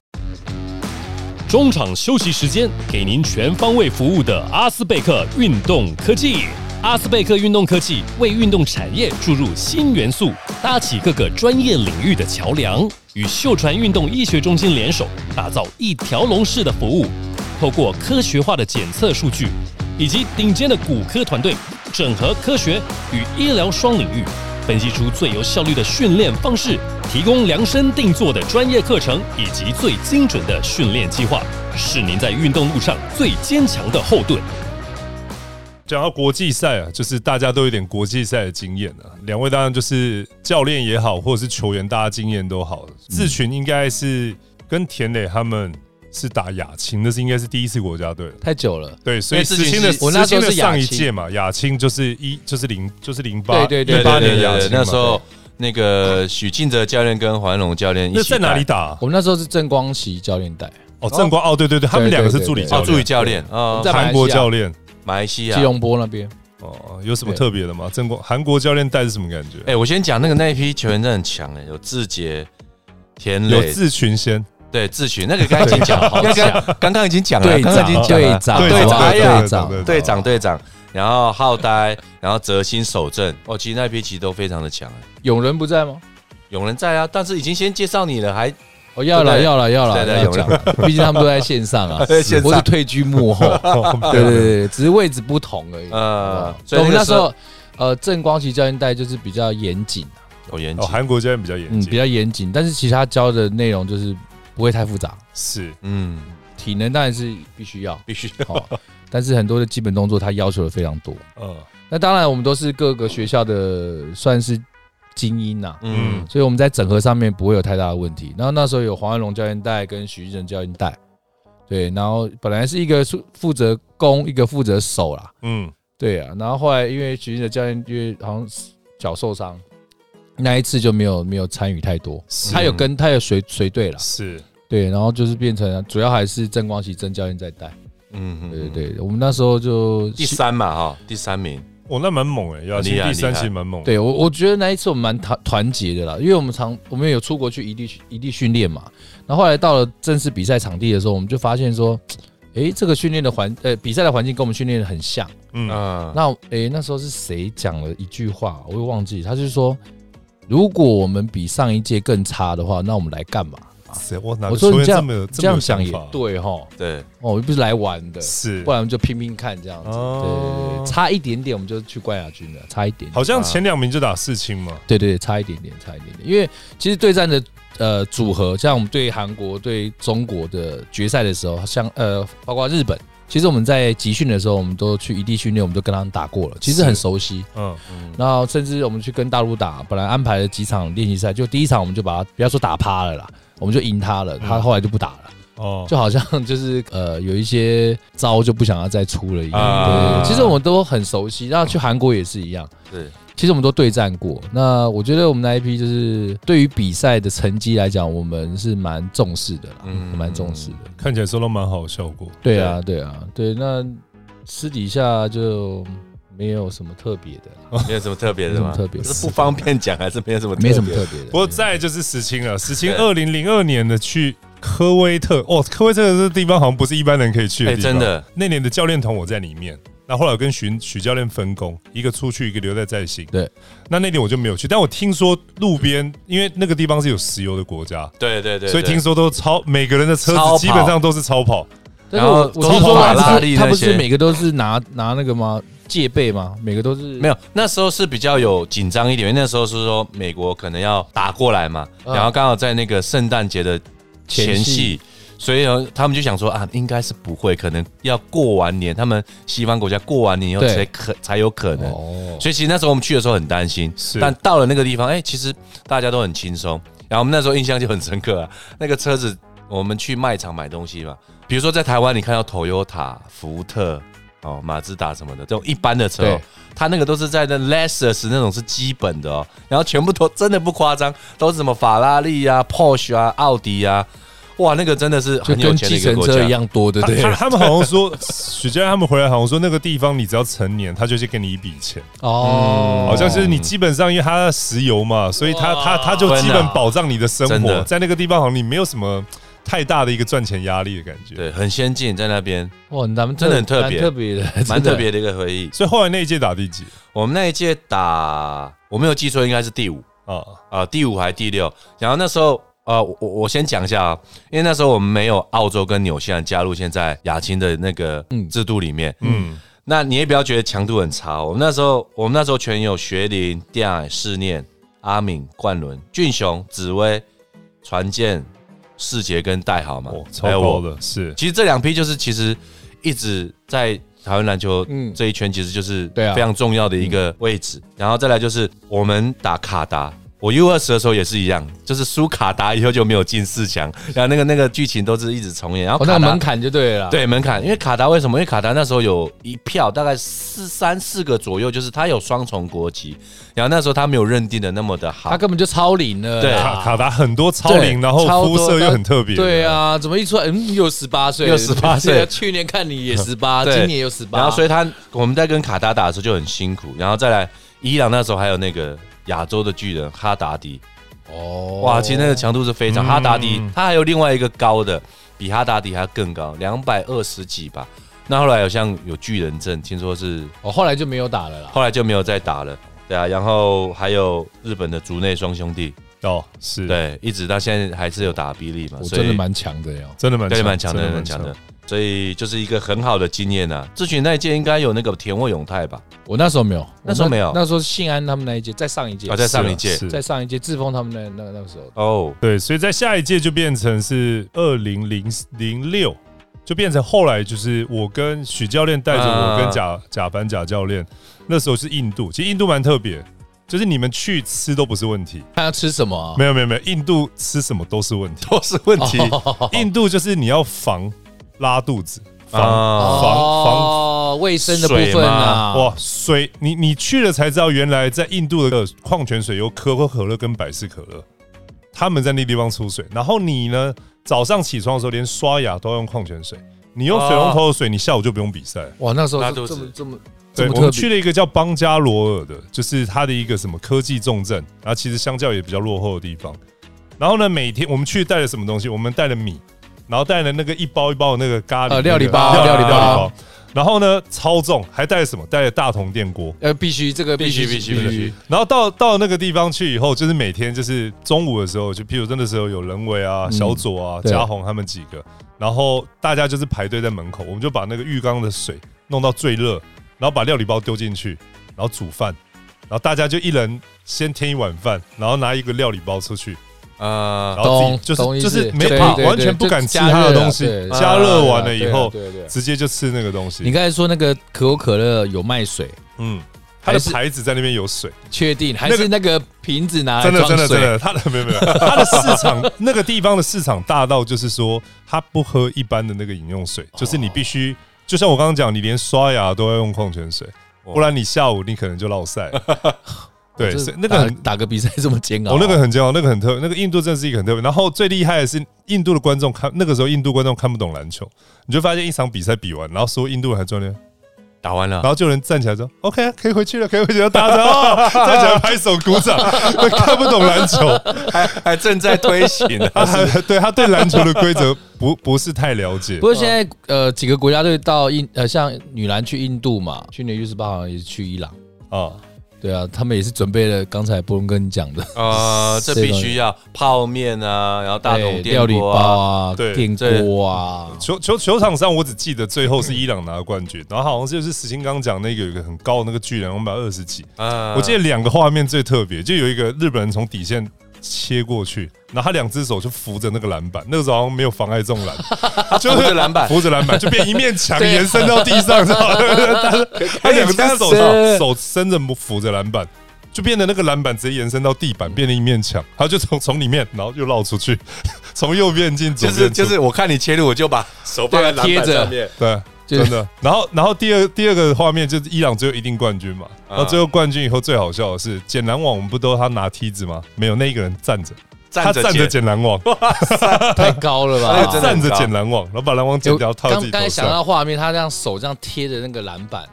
B: 中场休息时间，给您全方位服务的阿斯贝克运动科技。阿斯贝克运动科技为运动产业注入新元素，搭起各个专业领域的桥梁，与秀传运动医学中心联手，打造一条龙式的服务。透过科学化的检测数据，以及顶尖的骨科团队，整合科学与医疗双领域，分析出最有效率的训练方式，提供量身定做的专业课程以及最精准的训练计划，是您在运动路上最坚强的后盾。
A: 讲到国际赛啊，就是大家都有点国际赛的经验啊。两位当然就是教练也好，或者是球员，大家经验都好。志群应该是跟田磊他们是打亚青，那是应该是第一次国家队了。
C: 太久了，
A: 对，所以
D: 因为志
A: 世
D: 群
A: 青的
D: 是
A: 世
C: 我那时候
A: 青的
C: 是亚
A: 上一
C: 青
A: 届嘛，亚青就是一就是零就是零八
C: 对
D: 对
A: 零
D: 对
A: 八
D: 对
A: 年亚
D: 对
A: 青
D: 对，
A: 嘛
D: 那时候那个许晋哲教练跟黄龙教练一起
A: 那在哪里
D: 打？
A: 打啊？
C: 我们那时候是郑光熙教练带，
A: 哦，正光哦，对对对，他们两个是助理
C: 对
A: 教
D: 哦，助理
A: 练，
D: 教练啊，
C: 在
A: 韩国教练
D: 马来西亚
C: 吉。隆坡那 边，
A: 哦，有什么
C: 对
A: 特别的吗？正光韩国教练带是什么感觉？
D: 哎，我先讲那个那一批球员真的很强哎，有志杰、田
A: 有
D: 磊，
A: 志群先，
D: 对志群，那个刚刚已经 讲，了，刚刚刚刚已经讲了，
C: 啊队
D: 刚
C: 长
D: 刚已经讲
C: 队
D: 了，
C: 长
A: 对
D: 队
C: 好不
D: 长，
C: 好
D: 哎呀，
C: 队长
D: 队长，队长，然后浩呆，然后泽新守 正，哦，其实那批其实都非常的强。欸
C: 永仁不在吗？
D: 有人在啊，但是已经先介绍你了，还
C: 哦，要了
D: 对
C: 要了要了，
D: 对
C: 要
D: 对永仁
C: 讲，毕竟他们都在线上啊，
D: 在线上
C: 我是退居幕 后，
A: 哦
C: 对对对，对只是位置不同而已。
D: 呃
C: 呃，，
D: 所以
C: 我们那时
D: 候
C: 候呃，郑光熙教练带就是比较严谨啊，
D: 有严
A: 哦，
D: 谨，
A: 韩国教练比较严
C: 嗯，比
A: 谨，
C: 较严谨，但是其实他教的内容就是不会太复杂，
A: 是
D: 嗯，
C: 体能当然是必须要，
D: 必须
C: 哦，但是很多的基本动作他要求的非常多。
A: 嗯。
C: 那当然，我们都是各个学校的算是精英呐、
D: 嗯，
C: 所以我们在整合上面不会有太大的问题。然后那时候有黄安龙教练带跟许志仁教练带，对，然后本来是一个负负责攻，一个负责守啦，
A: 嗯，
C: 对啊。然后后来因为许志仁教练因为好像脚受伤，那一次就没有没有参与太多。
A: 是
C: 他有跟他有随随队啦，
A: 是
C: 对，然后就是变成主要还是郑光熙郑教练在带，
D: 嗯，
C: 对对对，我们那时候就
D: 第三嘛哈，第三名，
A: 我那蛮猛哎，亚
D: 很
A: 青
D: 厉害
A: 第三
D: 厉害
A: 期蛮猛，，
C: 对我，我觉得那一次我们蛮团团结的啦，因为我们常我们有出国去异地异地训练嘛，然后后来到了正式比赛场地的时候，我们就发现说，诶，这个训练的环呃比赛的环境跟我们训练的很像。
A: 嗯，
D: 嗯，
C: 那诶，那时候是谁讲了一句话，我也忘记，他就是说，如果我们比上一届更差的话，那我们来干嘛？
A: 谁我哪
C: 我
A: 个
C: 说
A: 球员
C: 你这
A: 这
C: 样
A: 么有
C: 这样想也
A: 法
C: 对哈，
D: 对，
C: 哦，又不是来玩的，
A: 是
C: 不，然我们就拼拼看这样子。对对
A: 哦
C: 对，差一点点我们就去冠亚军了，差一点点
A: 好像前两名就打四青嘛，
C: 对对，对差一点点，差一点点。因为其实对战的呃组合，像我们对韩国、对中国的决赛的时候，像呃包括日本，其实我们在集训的时候，我们都去异地训练，我们都跟他们打过了，其实很熟悉。
A: 嗯，
C: 然后甚至我们去跟大陆打，本来安排了几场练习赛，就第一场我们就把他不要说打趴了啦，我们就赢他了，他后来就不打了。
A: 哦，
C: 就好像就是呃有一些招就不想要再出了一样。
D: 啊
C: 对，其实我们都很熟悉，然后去韩国也是一样。
D: 是，
C: 其实我们都对战过。那我觉得我们那一批就是对于比赛的成绩来讲，我们是蛮重视的啦，
D: 嗯
C: 蛮重视的。
A: 看起来收到蛮好的效果，
C: 对啊，对啊，对。那私底下就没有什么特别的啦，
D: 没有什么特别
C: 没
D: 的
C: 什么
D: 吗？
C: 特别的，
D: 是不方便讲，还是没有什么？
C: 哦没什么特。别的。
A: 不过再来就是石青了，石青
D: 对
A: 二零零二年的去科威特，哦，科威特这个地方好像不是一般人可以去的
D: 哎，
A: 地方，
D: 真，的，
A: 那年的教练团我在里面。那后来我跟许许教练分工，一个出去，一个留在在兴。
C: 对，
A: 那那年我就没有去，但我听说路边，因为那个地方是有石油的国家，
D: 对对对，
A: 所以听说都超每个人的车
D: 超跑
A: 子基本上都是超 跑，
C: 但是我我
D: 然后
C: 听说
D: 马拉
C: 他不
D: 力
C: 是他不
D: 那
C: 是
D: 些
C: 每个都是拿拿那个吗？戒备吗？每个都是
D: 没有，那时候是比较有紧张一点，因为那时候是说美国可能要打过来嘛，
C: 嗯
D: 然后刚好在那个圣诞节的前
C: 前
D: 夕
C: 夕，
D: 所以呢，他们就想说啊，应该是不会，可能要过完年，他们西方国家过完年以后
C: 对
D: 才可才有可能。
C: 哦，
D: 所以其实那时候我们去的时候很担心
A: 是，
D: 但到了那个地方，哎、其实大家都很轻松。然后我们那时候印象就很深刻啊， 那个车子我们去卖场买东西嘛，比如说在台湾你看到 Toyota、福特、哦马自达什么的这种一般的车哦、
C: 对
D: 它那个都是在那 Lexus 那种是基本的哦，然后全部都真的不夸张，都是什么法拉利啊、Porsche 啊、奥迪啊，哇，那个真的是
C: 就
D: 很有
C: 跟
D: 钱的
C: 计
D: 一个
C: 程
D: 国
C: 车
D: 家嗯
C: 一。样多，对不
A: 他
C: 对？
A: 他他们好像说，许家他们回来好像说，那个地方你只要成年，他就去给你一笔钱，
C: 哦，
A: 好像是你基本上因为它石油嘛，所以他
B: 哇
A: 他他就基
D: 真
A: 本
D: 的
A: 保障你的生
D: 哦啊真
A: 活，
D: 的
A: 在那个地方好像你没有什么太大的一个赚钱压力的感觉。
D: 对，很先进，在那边
C: 哇，咱哦们
D: 真的很特
C: 蛮
D: 别
C: 特别的，真的
D: 蛮特。别的一个回忆。
A: 所以后来那一届打第几
D: 我们那一届打，我没有记错，应该是第五
A: 啊？
D: 啊、第五还是第六。然后那时候，呃，我我我先讲一下啊，因为那时候我们没有澳洲跟纽西兰加入现在亚青的那个制度里面，嗯，
A: 嗯，
D: 那你也不要觉得强度很差哦。我们那时候，我们那时候全有学林、电海、试念、阿敏、冠伦、俊雄、紫薇、船健、世杰跟戴豪嘛
A: 哦，，超
D: 还有
A: 高
D: 哎我。
A: 的是
D: 其实这两批就是其实一直在台湾篮球
C: 嗯
D: 这一圈，其实就是
C: 对啊
D: 非常重要的一个位置。然后再来就是我们打卡达。我 U 二十的时候也是一样，就是输卡达以后就没有进四强，然后那个那个剧情都是一直重演。然后
C: 哦，
D: 卡
C: 那
D: 达、
C: 个门槛就对了啦。
D: 对门槛，因为卡达为什么？因为卡达那时候有一票，大概四三四个左右，就是他有双重国籍，然后那时候他没有认定的那么的好
C: 他，根本就超龄了啦。
D: 对啊
A: 卡卡达很多超龄，
C: 对
A: 然后
C: 超
A: 肤
C: 多
A: 色又很特别。
C: 对啊，怎么一出来，嗯，又十八岁，
D: 又18 岁
C: 对啊去年看你也十八，
D: 对
C: 啊今年又十八，
D: 然后所
C: 以
D: 以他我们在跟卡达打的时候就很辛苦，然后再来伊朗那时候还有那个亚洲的巨人哈达迪，
C: 哦
D: 哇，其实那个强度是非常。
A: 嗯
D: 哈达迪他还有另外一个高的，比哈达迪还更高，两百二十几吧。那后来好像有巨人阵，听说是
C: 我后来就没有打了啦。
D: 后来就没有再打了。对啊，然后还有日本的竹内双兄弟，
A: 哦，是，
D: 对，一直到现在还是有打比利嘛，
C: 我
D: 所以
C: 真的蛮强的哟。
A: 真的蛮
D: 对，蛮强的，
A: 真
D: 蛮强的。所以就是一个很好的经验呐。志群那一届应该有那个田沃永泰吧？
C: 我那时候没有，
D: 那时候没有
C: 我那那时候是信安他们那一届，在上一届
D: 啊，，在上一
A: 是
D: 届
A: 啊是
C: 在上一届志峰他们那那那个时候，
D: 哦，
A: 对，所以在下一届就变成是二零零零六，就变成后来就是我跟许教练带着我
D: 啊
A: 跟贾贾凡贾教练，那时候是印度，其实印度蛮特别，就是你们去吃都不是问题，
C: 看他吃什么啊
A: 没有没有没有，印度吃什么都是问题，
D: 哦都是问题
A: 印度就是你要防拉肚子，防
D: 啊
A: 防防
C: 哦，卫生的部分啊，
A: 哇，水你你去了才知道，原来在印度的矿泉水有可口可乐跟百事可乐，他们在那地方出水。然后你呢，早上起床的时候连刷牙都要用矿泉水，你用水龙头的水，你下午就不用比赛。
C: 哇，那时候
D: 拉
C: 是
D: 肚子
C: 这么这么这
A: 对，
C: 么
A: 我
C: 特
A: 们去
C: 别，
A: 了一个叫邦加罗尔的，就是它的一个什么科技重镇，然后其实相较也比较落后的地方。然后呢，每天我们去带了什么东西？我们带了米，然后带了那个一包一包的那个咖喱、
C: 呃
A: 那个
C: 料理包
A: 料
C: 料理包
A: 包。然后呢，超重，还带了什么？带了大铜电锅。
C: 呃，必须这个
D: 必须
C: 必须
D: 必须
C: 必
D: 必
C: 须
D: 须，
A: 然后到到那个地方去以后，就是每天就是中午的时候，就譬如真的时候有人为啊、小左啊、
C: 嗯对
A: 嘉宏他们几个，然后大家就是排队在门口，我们就把那个浴缸的水弄到最热，然后把料理包丢进去，然后煮饭，然后大家就一人先添一碗饭，然后拿一个料理包出去，
D: 啊
A: 然后自己
C: 懂
A: 就是就
C: 意
A: 是
C: 思
A: 没有
C: 对
A: 怕，
C: 对对
A: 完全不敢吃他的东西
C: 就加热，了对啊
A: 加热完了以后
C: 对对对对
A: 直接就吃那个东西
C: 你，刚才说那个可口可乐有卖水，
A: 嗯。它的
C: 还是
A: 牌子在那边有水，
C: 确定还是那个瓶子拿来
A: 真的
C: 哎装
A: 真的真
C: 水？
A: 的，它的没有没 有，它的市场那个地方的市场大到就是说，它不喝一般的那个饮用水，
C: 哦
A: 就是你必须，就像我刚刚讲，你连刷牙都要用矿泉水，不然你下午你可能就落 晒。对，
C: 这
A: 所以那个很
C: 打打个比赛这么煎熬，啊
A: 哦，那个很煎熬，那个很特，那个印度真的是一个很特别。然后最厉害的是，印度的观众看那个时候，印度观众看不懂篮球，你就发现一场比赛比完，然后所有印度人还在
C: 啊
A: 那边，
D: 打完了
A: 然，后就有人站起来说：“OK，可以回去了，可以回去了。”大家哦， 站起来拍手鼓掌， 看不懂篮球，
D: 还 还正在推行啊呢
A: 他还对他对篮球的规则不不是太了解
C: 不。过现在呃几个国家队到印呃像女篮去印度嘛，去年 U 十八好像也是去伊朗，
A: 啊，
C: 对啊，他们也是准备了刚才波龙跟你讲的
D: 呃，这必须要泡面啊，然后大
C: 哎
D: 桶
C: 料
D: 电
C: 理包
D: 锅啊，
C: 啊、
A: 对
C: 电锅啊，
A: 球球球场上，我只记得最后是伊朗拿了冠军，然后好像就是石青刚讲那个有一个很高的那个巨人，我们把二十几，
D: 啊
A: 我记得两个画面最特别，就有一个日本人从底线切过去，然后他两只手就扶着那个篮板，那个时候好像没有妨碍重 篮，
D: 他扶着篮板，
A: 扶着篮板就变一面墙延伸到地上，知道吗？他他两只手
C: 是
A: 手伸着扶着篮板。就变得那个篮板直接延伸到地板，变成一面墙，他就从从里面，然后又绕出去， 从右边进左
D: 就
A: 边出
D: 是就是，我看你切入，我就把手放在篮板上面。
A: 对，
C: 就
A: 真
C: 是
A: 的。然后，然后第二第二个画面就是伊朗最后一定冠军嘛。
D: 嗯
A: 然后最后冠军以后最好笑的是，捡篮网我们不都他拿梯子吗？没有，那一个人站着，
D: 站
A: 他
D: 着
A: 站着
D: 捡
A: 捡篮网，
C: 太高了
D: 哎
A: 他
C: 吧？
D: 真的
A: 站
D: 很
A: 着
D: 高
A: 捡篮网，然后把篮网捡
C: 有
A: 掉套自
C: 刚
A: 己
C: 刚
A: 头
C: 才想
A: 上。
C: 到画面，他这样手这样贴着那个篮板，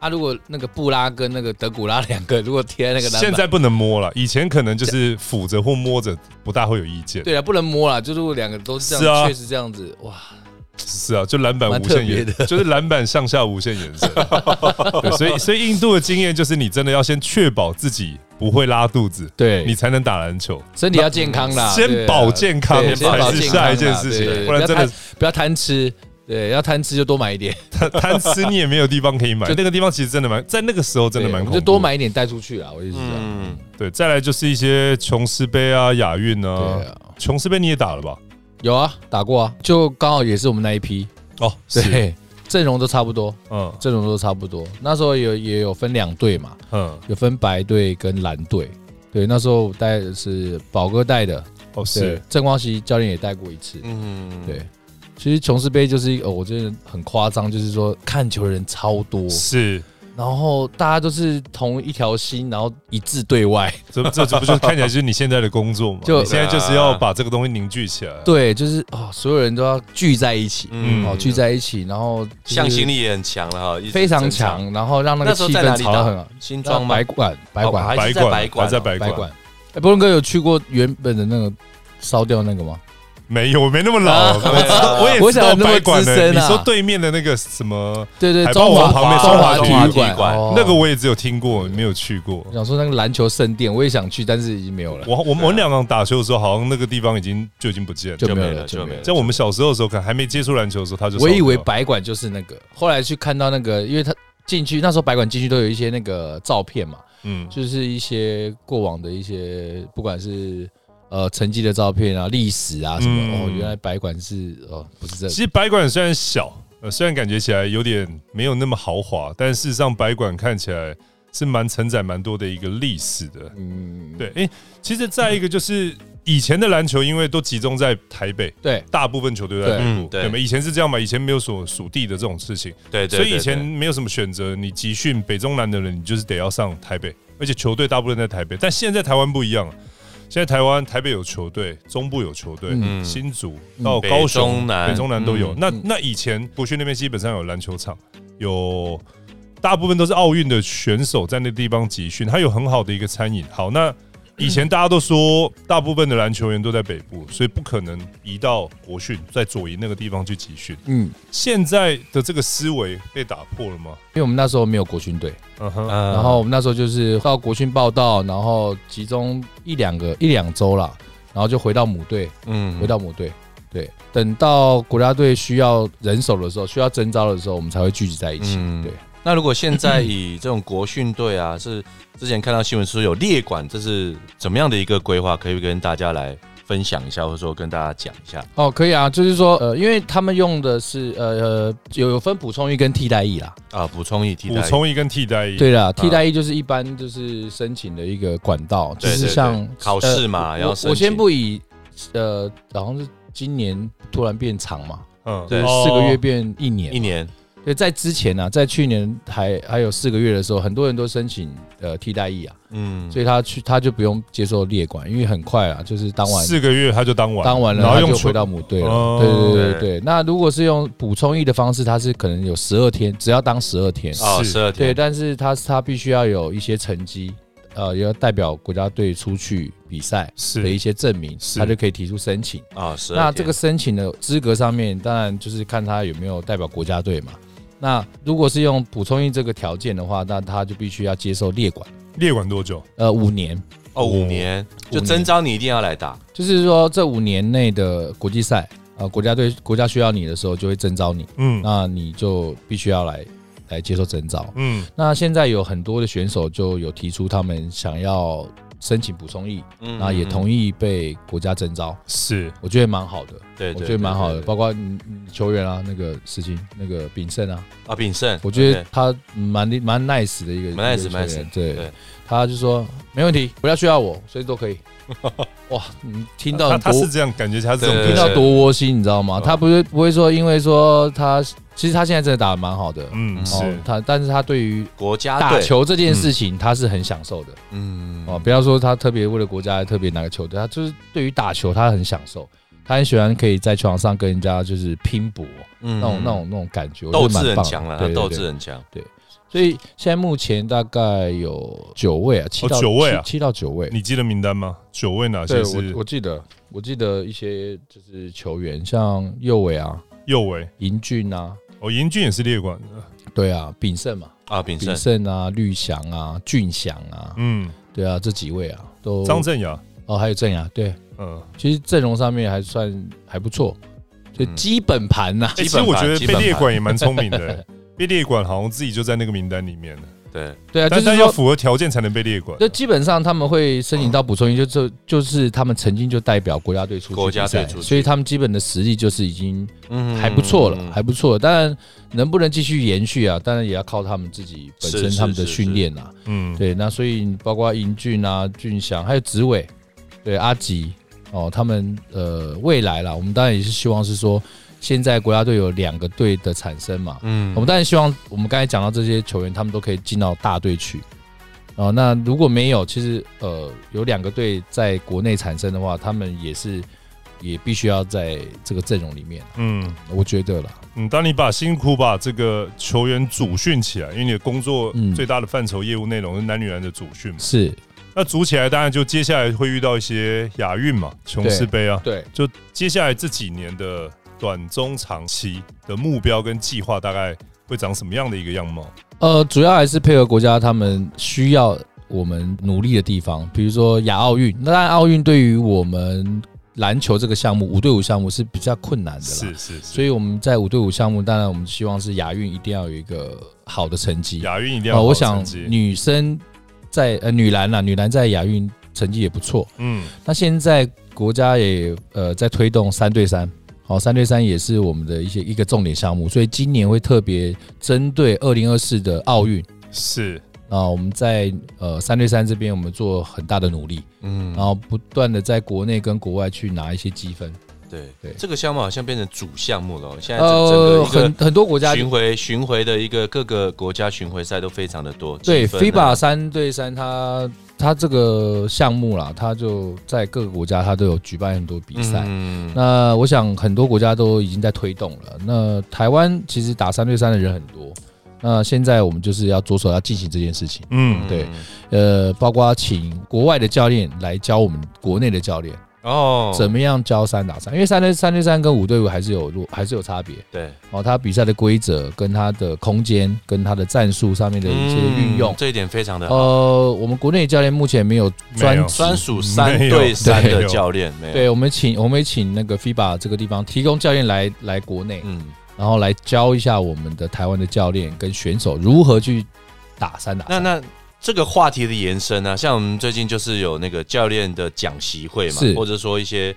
C: 啊，如果那个布拉跟那个德古拉两个如果贴在那个篮板，
A: 现在不能摸了，以前可能就是抚着或摸着，不大会有意见。
C: 对啊，不能摸啦，就如果两个都是这
A: 是啊
C: 样，确实这样子，哇，
A: 是啊，就篮板
C: 蛮
A: 无
C: 特
A: 限延
C: 别，的
A: 就是篮板上下无限延 伸。对，所以所以印度的经验就是，你真的要先确保自己不会拉肚子，
C: 对
A: 你才能打篮球。
C: 身体要健康啦，
A: 先保健康
C: 对啊对
D: 才
C: 先保
D: 是
C: 健康
A: 下
C: 啦
A: 一件事情
C: 对对对
A: 不然真的
C: 要贪不要贪吃，对，要贪吃就多买一点，
A: 贪吃你也没有地方可以买，就那个地方其实真的蛮，在那个时 候真的
C: 对
A: 蛮
C: 我
A: 恐
C: 们
A: 怖。
C: 就多。买一点带出去啊，我意思是这样，
D: 嗯，
A: 对，再来就是一些琼斯杯啊、亚运啊
C: 对。啊，
A: 琼斯杯你也打了吧？
C: 有啊，打过啊，就刚好也是我们那一批，
A: 哦，是，
C: 对，阵容都差不多，
A: 嗯
C: 阵容都差不多，那时候有也有分两队嘛，
A: 嗯，
C: 有分白队跟蓝队。对，那时候带的是宝哥带的，
A: 哦
C: 对
A: 是，，
C: 郑光熙教练也带过一次。
D: 嗯，
C: 对，其实琼斯杯就是一个、哦我真的很夸张，就是说看球的人超多，
A: 是，
C: 然后大家都是同一条心，然后一致对外。
A: 这这这不就看起来就是你现在的工作嘛？
C: 就
A: 你现在就是要把这个东西凝聚起来。
C: 对，就是哦，所有人都要聚在一起，
A: 嗯
C: 哦，聚在一起，然后就是
D: 向心力也很强了哈，一直
C: 非常
D: 正常。
C: 强，然后让那个
D: 那时候
C: 气
D: 在哪
C: 氛
D: 里
C: 炒得很
D: 打
C: 好。？
D: 新
C: 那
D: 庄吗
C: 白？馆，白馆，啊
D: 哦还是在
A: 馆
D: 白馆
A: 还在
D: 哦
A: 白
C: 白
A: 馆，
C: 馆。哎，博伦哥有去过原本的那个烧掉那个吗？
A: 没有，我没那么老，
C: 啊
A: 我知道，
D: 啊
A: 我也
C: 我
A: 知道
C: 想那么
A: 白馆
C: 资
A: 的。
C: 深
A: 你
C: 啊
A: 说对面的那个什么，
C: 对对，
A: 海豹
C: 中华
A: 王旁边
C: 中华
A: 中
C: 体
A: 华
C: 育
D: 体育
C: 馆
D: 馆
C: 哦
A: 那个我也只有听过，没有去过。
C: 我想说那个篮球圣殿，我也想去，但是已经没有了，
A: 我我们我们两个打球的时候，好像那个地方已经就已经不见了。
C: 就没有
D: 就没
C: 了，
D: 了
C: 就没
D: 就没
C: 有
D: 了
C: 了。
A: 在我们小时候的时候，可能还没接触篮球的时候，他就
C: 我以为
A: 白
C: 白馆就是那个，后来去看到那个，因为他进去那时候白馆进去都有一些那个照片嘛，
A: 嗯
C: 就是一些过往的一些，不管是呃成绩的照片啊、历史啊什
A: 嗯
C: 么。哦，原来白馆是哦，不是这
A: 其实白馆虽然小，呃，虽然感觉起来有点没有那么豪华，但事实上白馆看起来是蛮承载蛮多的一个历史的。
C: 嗯，
A: 对，哎、其实再一个就是以前的篮球，因为都集中在台北，
C: 对
A: 大部分球队都在
C: 对
A: 北部，
D: 嗯对
A: 对吗？以前是这样嘛，以前没有所属地的这种事情，
D: 对对，
A: 所以
D: 对
A: 以前
C: 嗯
D: 对
A: 没有什么选择，你集训北中南的人，你就是得要上台北，而且球队大部分在台北。但现在台湾不一样了，现在台湾台北有球队，中部有球队，
C: 嗯
A: 新竹
C: 嗯
A: 到高雄、
D: 北中南
A: 北中南都有。
D: 嗯
A: 那
C: 嗯
A: 那以前国训那边基本上有篮球场，有大部分都是奥运的选手在那地方集训，它有很好的一个餐饮。好，那以前大家都说，大部分的篮球员都在北部，所以不可能移到国训，在左营那个地方去集训。
C: 嗯，因
A: 现在的这个思维被打破了吗？
C: 为我们那时候没有国训队，
A: 嗯哼，
D: 嗯
C: 然后我们那时候就是到国训报道，然后集中一两个一两周啦，然后就回到母队，
D: 嗯
C: 回到母队。对，等到国家队需要人手的时候，需要征召的时候，我们才会聚集在一起。
D: 嗯
C: 对。
D: 那如果现在以这种国训队啊，是之前看到新闻说有列管，这是怎么样的一个规划？可以跟大家来分享一下，或者说跟大家讲一下。
C: 哦，可以啊，就是说，呃，因为他们用的是呃呃有有分补充役跟替代役啦。
D: 啊，补充一替
A: 补
D: 代。
A: 充一跟替代一，
C: 对
D: 啊
C: 啦，替代役就是一般就是申请的一个管道，就
D: 对
C: 是
D: 对
C: 像
D: 对考试嘛
C: 呃
D: 要
C: 我
D: 申
C: 我先
D: 请
C: 不以呃，好像是今年突然变长嘛，
A: 嗯，
C: 就
D: 对
C: 是
A: 哦
C: 四个月变一年
D: 一。年，
C: 对，在之前啊，在去年还还有四个月的时候，很多人都申请呃替代役啊，
D: 嗯，
C: 所以他去他就不用接受列管，因为很快啊，就是当完
A: 四个月他就当完，
C: 当完了，
A: 然后
C: 他
A: 用
C: 就
A: 球
C: 回到母队了。
A: 哦
C: 对对对
D: 对
C: 对，那如果是用补充役的方式，它是可能有十二天，只要当十二天。
D: 哦，
A: 是
D: 十二
C: 对，
D: 天，
C: 但是他他必须要有一些成绩，呃，也要代表国家队出去比赛的一
A: 是
C: 些证明，
A: 是
C: 他就可以提出申请。
D: 啊，十二天。
C: 那这个申请的资格上面，当然就是看他有没有代表国家队嘛。那如果是用补充役这个条件的话，那他就必须要接受列管，
A: 列管多久？
C: 呃，五年，
D: 哦，五年，就
C: 年
D: 征召你一定要来打。
C: 就是说这五年内的国际赛，呃，国家队国家需要你的时候就会征召你，
A: 嗯
C: 那你就必须要来来接受征召。
A: 嗯
C: 那现在有很多的选手就有提出他们想要申请补充役，
D: 嗯
C: 然后也同意被国家征召，
A: 是
C: 我觉得蛮好的，
D: 嗯对
C: 我
D: 对，
C: 觉得蛮好的。
D: 对对
C: 包括你你球员啊，那个事情，那个炳胜啊，
D: 对啊，炳胜，
C: 我觉得
D: OK
C: 他蛮蛮 nice 的一个
D: 蛮
C: 一
D: nice，
C: 个球
D: 蛮
C: 员
D: nice
C: 对
D: 对，
C: 他就说没问题，不要需要我，随时都 可以。哇，你听到
A: 他他
C: 多
A: 是这样感觉，他是这种
D: 对
C: 听
A: 个性
C: 到多窝心，你知道吗？
D: 嗯
C: 他不是不会说，因为说他其实他现在真的打的蛮好的，
A: 嗯
D: 哦
A: 是
C: 他但是他对于
D: 国家
C: 打
D: 队，
C: 球这件事情他是很享受的
D: 嗯
C: 哦，不要说他特别为了国家特别哪个球队，他就是对于打球他很享受，他很喜欢可以在球场上跟人家就是拼搏
D: 那
C: 那种那种那种感觉，我觉
D: 嗯斗
C: 得蛮
D: 志很
C: 棒的
D: 强了，
C: 对对
D: 他斗
C: 对
D: 志很强，
C: 所以现在目前大概有九位啊，七
A: 哦
C: 到
A: 九位啊
C: 七七到九位。
A: 你记得名单吗？九位哪
C: 对
A: 些是
C: 我我记得我记得一些就是球员，像右伟啊、
A: 右卫？
C: 银俊啊，
A: 哦，银俊也是列管的，
C: 对啊，炳胜嘛，
D: 啊，炳
C: 炳
D: 胜，
C: 胜啊、绿翔啊、俊翔啊，
A: 嗯，
C: 对啊，这几位啊都
A: 张镇雅，
C: 哦，还有郑雅，对，
A: 嗯，
C: 其实阵容上面还算还不错，就
D: 嗯
C: 基本盘 呐、
A: 欸其
D: 基
A: 实
D: 本
A: 我觉
D: 盘
A: 得
D: 基
A: 被
D: 本
A: 列
D: 盘
A: 管也蛮聪明的、 欸被列管好像自己就在那个名单里面了，
D: 对，
C: 对啊，就
A: 但
C: 是
A: 但要
C: 说，
A: 符合条件才能被列管。
C: 就基本上他们会申请到补充役，就就就是他们曾经就代表国家队出去
D: 国家队
C: 比赛
D: 出去
C: 所以他们基本的实力就是已经
D: 嗯
C: 还不错了，还不错了。当然，能不能继续延续啊？当然也要靠他们自己本
D: 是
C: 身
D: 是
C: 他们的
D: 是
C: 训练啊。
A: 嗯，
C: 对，那所以包括英俊啊、俊祥，还有植伟，对阿吉哦，他们呃未来啦，我们当然也是希望是说，现在国家队有两个队的产生嘛，
D: 嗯
C: 我们当然希望我们刚才讲到这些球员，他们都可以进到大队去。哦，那如果没有，其实呃有两个队在国内产生的话，他们也是也必须要在这个阵容里面，啊
A: 嗯
C: 我觉得啦。
A: 嗯，当你把辛苦把这个球员组训起来，因为你的工作
C: 嗯
A: 最大的范畴业务内容是男女篮的组训嘛，
C: 是
A: 那组起来当然就接下来会遇到一些亚运嘛、琼斯杯啊，
C: 对，
A: 就接下来这几年的短中长期的目标跟计划大概会长什么样的一个样貌？
C: 呃，主要还是配合国家他们需要我们努力的地方，比如说亚奥运。那当然，奥运对于我们篮球这个项目五对五项目是比较困难的啦
A: 是。是
C: 所
A: 是，
C: 以我们在五对五项目，当然我们希望是亚运一定要有一个好的成绩。
A: 亚运一定要
C: 哦，
A: 有
C: 我
A: 好
C: 想
A: 成绩
C: 女生在呃女篮啦，女篮在亚运成绩也不错。
A: 嗯
C: 那现在国家也呃在推动三对三，好，三对三也是我们的一些一个重点项目，所以今年会特别针对二零二四的奥运。
A: 是
C: 啊，我们在呃三对三这边，我们做很大的努力，
D: 嗯
C: 然后不断的在国内跟国外去拿一些积分。
D: 对
C: 对
D: 这个项目好像变成主项目了哦，现在
C: 呃，
D: 整
C: 很
D: 整个
C: 很多国
D: 一
C: 家
D: 个巡回巡回的一个各个国家巡回赛都非常的多，
C: 对
D: 积分啊
C: FIBA 三对三，它它这个项目啦，它就在各个国家它都有举办很多比赛。
D: 嗯
C: 那我想很多国家都已经在推动了。那台湾其实打三对三的人很多，那现在我们就是要着手要进行这件事情。
A: 嗯
C: 对呃，包括请国外的教练来教我们国内的教练。
D: 哦，
C: 怎么样教三打三？因为三对三对三跟五对五还是有落，还是有差别
D: 对
C: 哦。他比赛的规则、跟他的空间、跟他的战术上面的一些运用
D: 嗯，这一点非常的好，
C: 呃，我们国内教练目前没有专
A: 没有
C: 职
D: 专属三对三
C: 没有
D: 的教练没有，
C: 对，我们请我们也请那个 FIBA 这个地方提供教练来来国内，
D: 嗯，
C: 然后来教一下我们的台湾的教练跟选手如何去打三打
D: 那
C: 三。
D: 那这个话题的延伸呢、像我们最近就是有那个教练的讲习会嘛
C: 是，
D: 或者说一些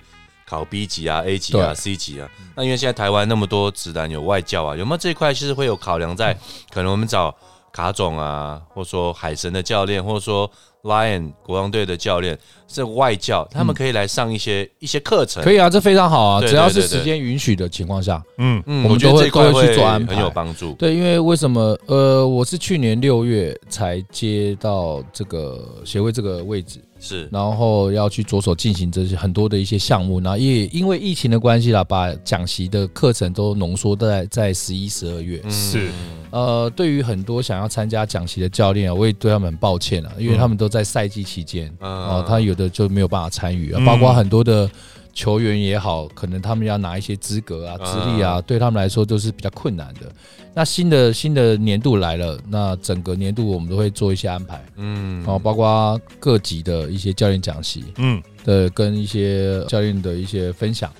D: 考 B 级啊、A 级啊、
C: 对
D: C 级啊。那因为现在台湾那么多直男有外教啊，有没有这一块是会有考量
C: 嗯
D: 在？可能我们找卡总啊，或者说海神的教练，或者说 Lion 国王队的教练，这外教他们可以来上一些、一些课程。
C: 嗯可
D: 以，
C: 以啊，这非常好啊，
D: 对
C: 只要
D: 对
C: 是
D: 对对
C: 时间允许的情况下，
A: 嗯
D: 嗯
C: 我们
D: 觉
C: 都会
D: 得这一块
C: 都会去
D: 会
C: 做安排
D: 很有帮助。
C: 对，因为为什么？呃，我是去年六月才接到这个协会这个位置，
D: 是，
C: 然后要去着手进行这些很多的一些项目，然后也因为疫情的关系啦，把讲习的课程都浓缩在在十一、十二月。
D: 嗯
A: 是
C: 呃，对于很多想要参加讲习的教练啊，我也对他们很抱歉啊，因为他们都在赛季期间，
D: 嗯
C: 哦，他有的就没有办法参与啊
A: 嗯，
C: 包括很多的球员也好，可能他们要拿一些资格啊、资历啊，对他们来说都是比较困难的。那新的新的年度来了，那整个年度我们都会做一些安排，
D: 嗯
C: 哦，包括各级的一些教练讲习
A: 嗯
C: 的跟一些教练的一些分享。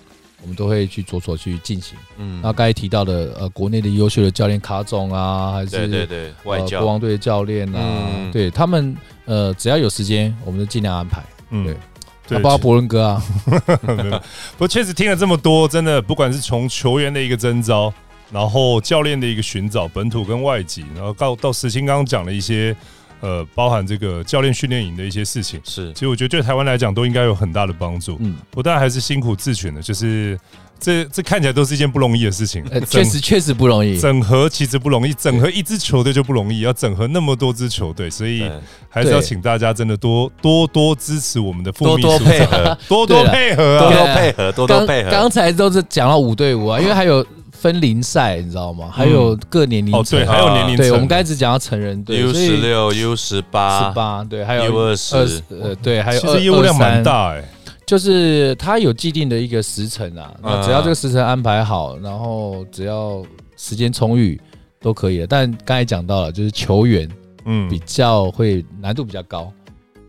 C: 我们都会去着手去进行。
D: 嗯，
C: 那刚才提到的，呃，国内的优秀的教练卡总啊，还是
D: 对对对，外
C: 呃、
D: 交
C: 国王队的教练啊，
D: 嗯
C: 对他们，呃，只要有时间，我们就尽量安排。
A: 嗯
C: 对，
A: 对，
C: 包括伯伦哥 啊，
A: 不过确实听了这么多，真的不管是从球员的一个征召，然后教练的一个寻找，本土跟外籍，然后到到石青刚刚讲了一些，呃，包含这个教练训练营的一些事情，
D: 是
A: 其实我觉得对台湾来讲都应该有很大的帮助。
C: 嗯，
A: 不但还是辛苦自选的，就是这这看起来都是一件不容易的事情。
C: 呃，
A: 整
C: 确实确实不容易。
A: 整合其实不容易，整合一支球队就不容易，要整合那么多支球队，所以
D: 对
A: 还是要
C: 对
A: 请大家真的多多多支持我们的副
D: 多
A: 秘
D: 多
A: 书
D: 配
A: 长，
D: 合，
A: 多多
C: 对啦
A: 配合啊
D: 多
C: 对
D: 多
C: 啊
D: 配合，多多
C: 刚
D: 配合。
C: 刚才都是讲到五对
A: 哦
C: 五啊，因为还有分龄赛，你知道吗？还有各年龄
A: 嗯哦，
C: 层啊
A: 对，。还有年龄层，
C: 对，我们刚才只讲到成人队
D: U
C: 所
D: 十
C: 以
D: 六、U 十八
C: 十，八，对，还有
D: U20
C: 20呃，对，还有
A: 其实业务量蛮
C: 23
A: 大哎、
C: 就是它有既定的一个时辰啊，
A: 嗯
C: 那只要这个时辰安排好，然后只要时间充裕都可以了。但刚才讲到了，就是球员比
A: 嗯，
C: 较会难度比较高，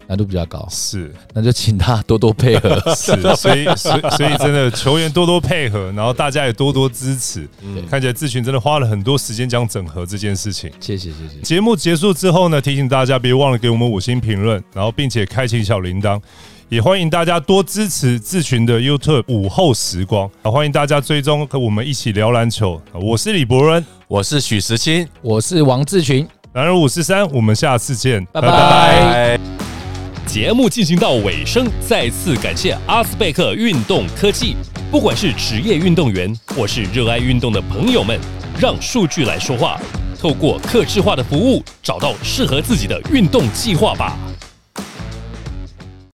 C: 难度比较高，
A: 是
C: 那就请他多多配 合。
A: 是，所以所以所以真的球员多多配合，然后大家也多多支持。
D: 嗯，
A: 看起来志群真的花了很多时间讲整合这件事情。
C: 谢谢谢谢，
A: 节目结束之后呢，提醒大家别忘了给我们五星评论，然后并且开启小铃铛。也欢迎大家多支持志群的 YouTube 午后时光，啊欢迎大家追踪和我们一起聊篮球。啊我是李博仁，
D: 我是许时清，
C: 我是王志群，
A: 男人五十三，我们下次见，
C: 拜拜
D: 拜。
B: 节目进行到尾声，再次感谢阿斯贝克运动科技。不管是职业运动员或是热爱运动的朋友们，让数据来说话，透过客制化的服务，找到适合自己的运动计划吧。